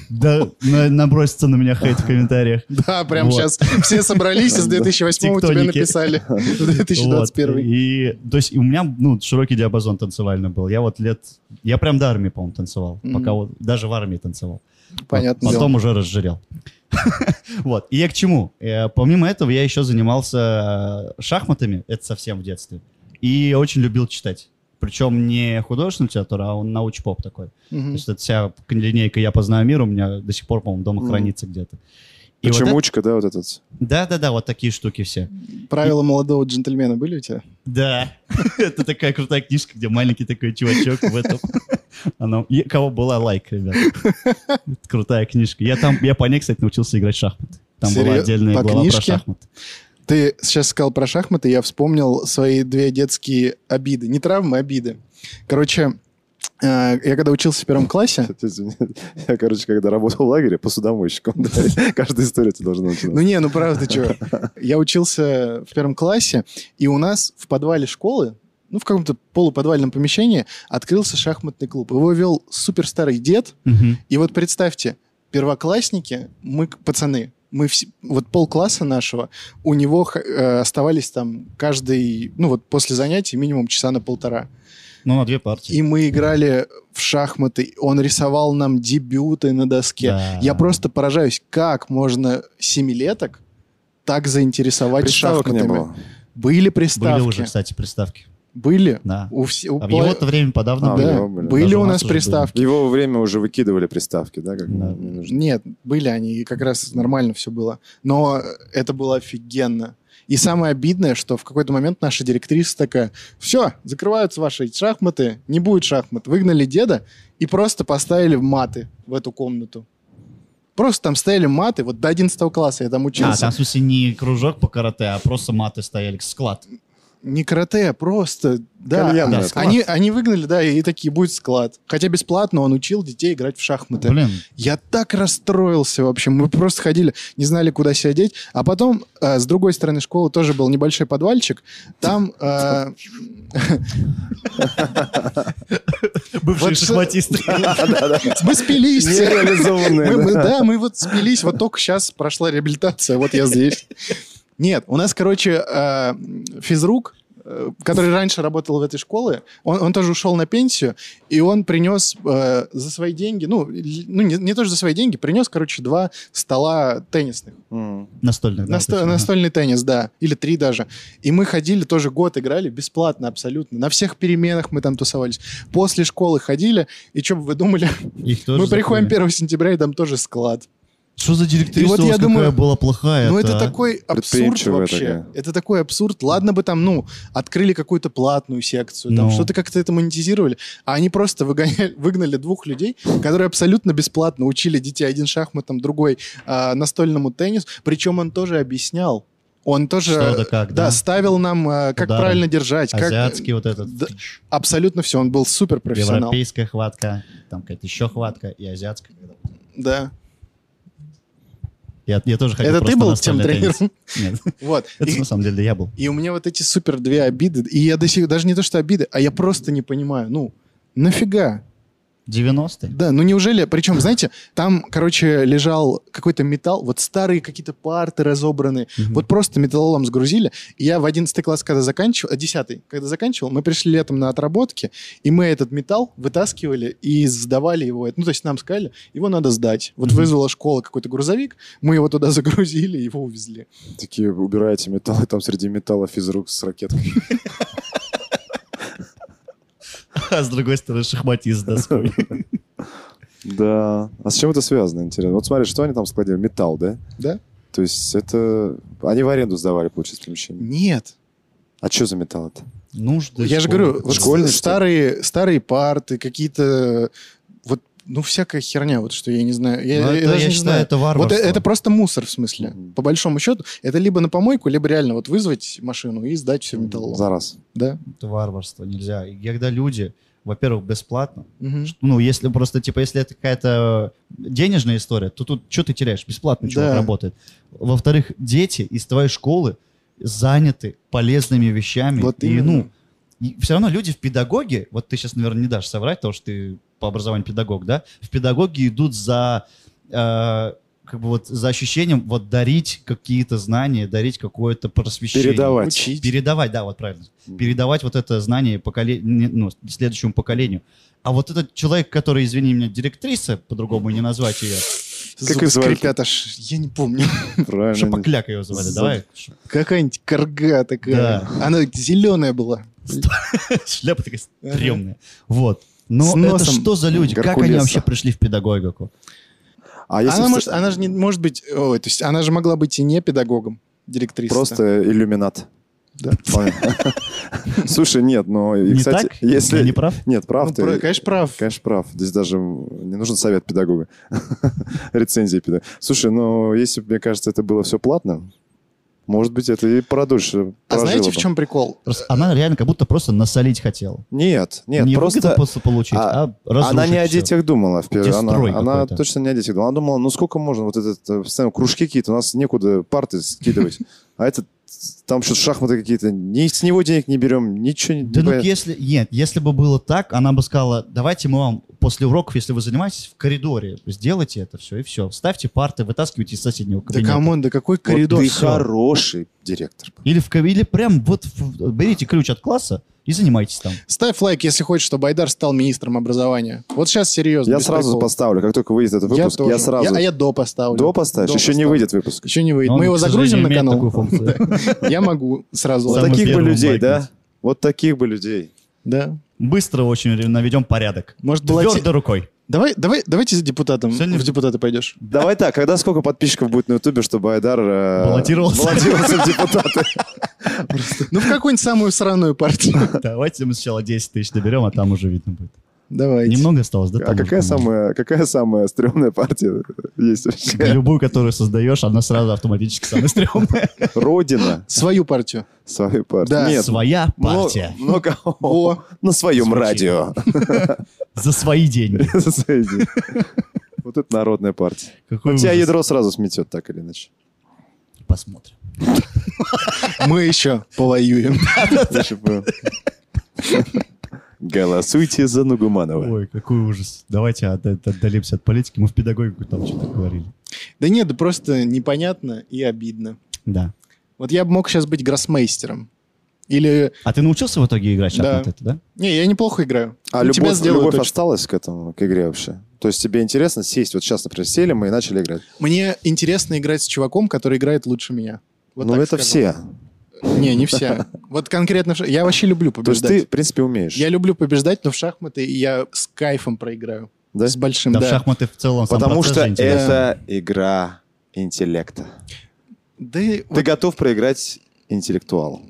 Да, на- набросится на меня хейт в комментариях. Да, прям Вот. сейчас все собрались и с 2008 тебе Тектоники. написали. В Вот. 2021. И, то есть, и у меня, ну, широкий диапазон танцевальный был. Я вот лет... Я прям до армии, по-моему, танцевал. Мгм. Пока вот... Даже в армии танцевал. Понятно. Потом уже разжирел. Вот. И я к чему? Э, Помимо этого, я еще занимался э, шахматами, это совсем в детстве. И очень любил читать. Причем не художественную литературу, а он научпоп такой. То Мгм. есть это вся линейка «Я познаю мир» у меня до сих пор, по-моему, дома Мгм. хранится где-то. И вот Почемучка, да, вот этот. это- Да-да-да, вот такие штуки все. Правила молодого джентльмена были у тебя? Да, это такая крутая книжка, где маленький такой чувачок в этом. Она... и- Кого была лайк, ребят. Это крутая книжка. Я там, я по ней, кстати, научился играть в шахматы. Там была Серьё- отдельная по глава книжке? про шахматы. Ты сейчас сказал про шахматы, я вспомнил свои две детские обиды. Не травмы, а обиды. Короче, э, я когда учился в первом классе, Кстати, извини. Я, короче, когда работал в лагере, посудомойщиком, да, каждая история ты должна Ну начинать. не, ну правда, что. Я учился в первом классе, и у нас в подвале школы, ну в каком-то полуподвальном помещении, открылся шахматный клуб. Его вел суперстарый дед. Мгм. И вот представьте, первоклассники, мы, к- пацаны, мы вс- вот полкласса нашего, у него х- э, оставались там каждый, ну вот после занятий минимум часа на полтора. Ну, на две партии. И мы играли в шахматы, он рисовал нам дебюты на доске. Да. Я просто поражаюсь, как можно семилеток так заинтересовать Приставок не шахматами. было. Были Были приставки. уже, кстати, приставки. Были. Да. У все, у А в пла- его-то время подавно А, были. да, него были. были, Даже у у нас нас уже приставки. В его время уже выкидывали приставки, да? как Да. не нужно. Нет, были они, и как раз нормально все было. Но это было офигенно. И самое обидное, что в какой-то момент наша директриса такая, все, закрываются ваши шахматы, не будет шахмат. Выгнали деда и просто поставили маты в эту комнату. Просто там стояли маты, вот до 11 класса я там А, учился. там, в смысле, не кружок по карате, а просто маты стояли, склад. Не карате, а просто, да. Кальянная да, это. склад. Они, они выгнали, да, и такие, будет склад. Хотя бесплатно он учил детей играть в шахматы. Блин, Я так расстроился вообще. Мы просто ходили, не знали, куда себя деть. А потом, э, с другой стороны школы, тоже был небольшой подвальчик. Там... э, бывшие Вот э, что- шахматисты. мы спились. Мы- Нереализованные, мы- да. Да, мы вот спились. Вот только сейчас прошла реабилитация. Вот я здесь. Нет, у нас, короче, э, физрук, э, который раньше работал в этой школе, он, он тоже ушел на пенсию, и он принес э, за свои деньги, ну, л- ну не, не тоже за свои деньги, принес, короче, два стола теннисных. Мгм. Настольных. да, Насто- вот этих, ага. настольный теннис, да, или три даже. И мы ходили, тоже год играли, бесплатно абсолютно. На всех переменах мы там тусовались. После школы ходили, и что бы вы думали, Их тоже мы приходим закрыли. 1 сентября, и там тоже склад. Что за И директриса вот у я вас какая думаю, была плохая а? Ну, это такой абсурд Предприимчивая вообще. такая. Это такой абсурд. Ладно бы там, ну, открыли какую-то платную секцию, там Ну. что-то как-то это монетизировали, а они просто выгоняли- выгнали двух людей, которые абсолютно бесплатно учили детей один шахматом, другой а, настольному теннису. Причем он тоже объяснял. Он тоже Что да как, да? ставил нам, а, как Удары. правильно держать, как Азиатский вот этот. Да. абсолютно все. Он был супер профессионал. Европейская хватка, там какая-то еще хватка и азиатская. Да. Я, я тоже хотел Это просто ты был тем настольный тренером? теннис. Нет, Вот. это И- на самом деле я был. И у меня вот эти супер две обиды. И я до сих даже не то, что обиды, а я просто не понимаю. Ну, нафига? 90-е? Да, ну неужели... Причем, знаете, там, короче, лежал какой-то металл, вот старые какие-то парты разобранные. Мгм. Вот просто металлолом сгрузили. И я в 11 класс, когда заканчивал... а, 10 когда заканчивал, мы пришли летом на отработки, и мы этот металл вытаскивали и сдавали его. Ну, то есть нам сказали, его надо сдать. Вот Мгм. вызвала школа какой-то грузовик, мы его туда загрузили, его увезли. Такие убираете металл, и там среди металла физрук с ракеткой. А с другой стороны шахматист с доской. Да. А с чем это связано, интересно? Вот смотри, что они там складили? Металл, да? Да? То есть это... Они в аренду сдавали, получается, помещение. Нет. А что за металл это? Нужды. Ну, я же школы. говорю, вот Школьный, что ли? старые, старые парты, какие-то... Вот, ну, всякая херня, вот что я не знаю. Я, Ну, я это, даже я не считаю, знаю. это Вот варварство. э- это просто мусор, в смысле. Мгм. По большому счету, это либо на помойку, либо реально вот вызвать машину и сдать все металлом. За раз. Да. Это варварство, нельзя. И когда люди, во-первых, бесплатно, Мгм. ну, если просто, типа, если это какая-то денежная история, то тут что ты теряешь? Бесплатно чувак Да. работает. Во-вторых, дети из твоей школы заняты полезными вещами. Вот и, именно. ну, все равно люди в педагоге, вот ты сейчас, наверное, не дашь соврать, потому что ты по образованию педагог, да, в педагоге идут за, э, как бы вот, за ощущением вот дарить какие-то знания, дарить какое-то просвещение. Передавать. Учить. Передавать, да, вот правильно. Мгм. Передавать вот это знание поколе- не- ну, следующему поколению. А вот этот человек, который, извини меня, директриса, по-другому не назвать ее, Как Зубы их звали? скрипят аж, я не помню. Правильно. Шапокляк ее звали, Зад- давай. Какая-нибудь корга такая. Да. Она зеленая была. Шляпа такая Ага. стрёмная. Вот. Но С это носом что за люди? Как они Геркулеса. вообще пришли в педагогику? А если Она, в- может, она же не может быть... Ой, то есть она же могла быть и не педагогом, директрисой. Просто иллюминат. Да. Понятно. Слушай, нет, но... и, не кстати, так? Я Если... не прав? Нет, прав Ну, ты. про- конечно, прав. Конечно, прав. Здесь даже не нужен совет педагога. Рецензия педагога. Слушай, ну, если бы, мне кажется, это было все платно, может быть, это и продольше А знаете, прожило в бы. чем прикол? Просто Она реально как будто просто насолить хотела. Нет, нет, не выгоду просто... просто получить, а- а, Она не о разрушить всё. детях думала в первую Она, Дестрой она какой-то. точно не о детях думала. Она думала, ну сколько можно, вот этот э, постоянно кружки какие-то, у нас некуда парты скидывать. А этот, там что-то шахматы какие-то. Ни с него денег не берем, ничего не Да ну понятно. если... Нет, если бы было так, она бы сказала, давайте мы вам после уроков, если вы занимаетесь, в коридоре сделайте это все, и все. Ставьте парты, вытаскивайте из соседнего Да кабинета. камон, да какой Вот коридор? ты всё. хороший директор. Или, в, каб- или прям вот в- берите ключ от класса и занимайтесь там. Ставь лайк, если хочешь, чтобы Айдар стал министром образования. Вот сейчас серьезно. Я без сразу прикола. поставлю, как только выйдет этот выпуск, я, тоже. сразу... Я- а я до поставлю. До поставишь? До Еще не поставлю. выйдет выпуск. Еще не выйдет. Ну, Он, Мы его к загрузим сожалению, на имеет канал? такую функцию. Я могу сразу. Вот Самый таких бы первый людей, да? лайкнуть. Вот таких бы людей. Да. Быстро очень наведем порядок. Может, баллоти- Твердой рукой. Давай, давай, давайте за депутатом. Сегодня- В депутаты пойдешь. Давай так, когда сколько подписчиков будет на Ютубе, чтобы Айдар... э, Баллотировался. баллотировался в депутаты. Ну, в какую-нибудь самую сраную партию. Давайте мы сначала 10 тысяч доберем, а там уже видно будет. Давайте. Немного осталось, да? А там уже, какая по-моему? самая, какая самая стрёмная партия есть вообще? Любую, которую создаешь, она сразу автоматически самая стрёмная. Родина Свою партию. свою партию. Да. Нет, ну, Своя мно- партия. Много, О. на своем Звучит. радио. За свои деньги. Зайди. Вот это народная партия. Какой У тебя ужас. ядро сразу сметет, так или иначе. Посмотрим. Мы еще повоюем. Лучше бы. Голосуйте за Нугуманова. Ой, какой ужас. Давайте от- от- отдалимся от политики. Мы в педагогику там что-то говорили. Да нет, да просто непонятно и обидно. Да. Вот я бы мог сейчас быть гроссмейстером. Или... А ты научился в итоге играть Да. шахматы, да? Не, я неплохо играю. А Ну, тебя любовь, сделаю любовь точно. осталась к этому, к игре вообще? То есть тебе интересно сесть? Вот сейчас, например, сели мы и начали играть. Мне интересно играть с чуваком, который играет лучше меня. Вот ну, так скажу. это все. Не, не все. Вот конкретно... в ша- Я вообще люблю То есть побеждать. ты, в принципе, умеешь. Я люблю побеждать, но в шахматы я с кайфом проиграю. Да? С большим, Да, да. в шахматы в целом сам Потому процесс что же интересен. это игра интеллекта. Да и- Ты готов проиграть интеллектуалу?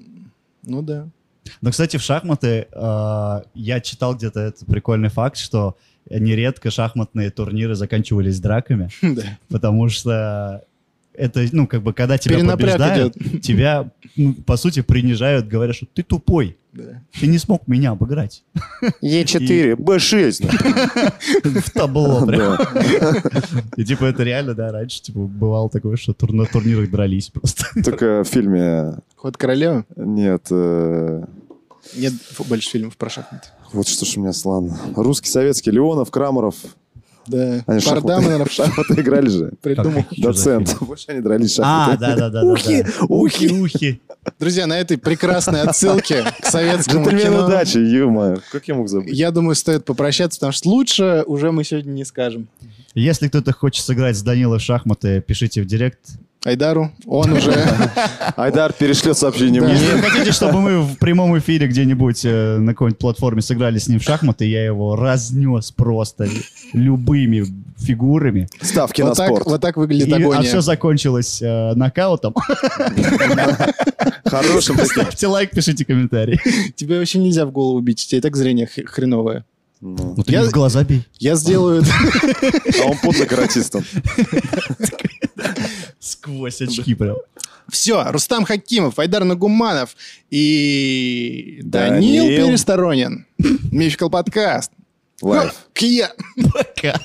Ну да. Но, кстати, в шахматы э, я читал где-то этот прикольный факт, что нередко шахматные турниры заканчивались драками, Да. потому что это, ну, как бы, когда тебя Перенапряг побеждают, тебя, ну, по сути, принижают, говорят, что ты тупой, Да. ты не смог меня обыграть Е4, Б6. в табло. прям. Да. И, типа, это реально, да, раньше, типа, бывало такое, что тур- на турнирах дрались просто. Только в фильме Ход королевы? нет... э, Нет ф- больше фильмов про шахматы. Вот что ж у меня слан. Русский, советский, Леонов, Крамаров. Да. Они в Бардам, А, шахматы- наверное, в шахматы играли же. придумал. Как- что за Доцент. фильм? Больше они дрались в А, шахматы. да-да-да. Ухи, Ухи, ухи. ухи. Друзья, на этой прекрасной отсылке к советскому Джентльмен ну. кино удачи, ё Как я мог забыть? я думаю, стоит попрощаться, потому что лучше уже мы сегодня не скажем. Если кто-то хочет сыграть с Данилой в шахматы, пишите в директ. Айдару, он уже... Айдар перешлет сообщение Да. мне. Если вы хотите, чтобы мы в прямом эфире где-нибудь э, на какой-нибудь платформе сыграли с ним в шахматы, я его разнес просто любыми фигурами. Ставки на Вот так, спорт. вот так выглядит И- а агония. все закончилось э, нокаутом. Хорошим таким. Ставьте лайк, пишите комментарий. Тебе вообще нельзя в голову бить, у тебя и так зрение х- хреновое. Ну, Ну ты Я- мне в глаза бей. Я сделаю... А он под каратистом. Сквозь очки прям. Все, Рустам Хакимов, Айдар Нагуманов и Данил. Данил Пересторонин. Мификал подкаст. Лайф. Кия. Пока.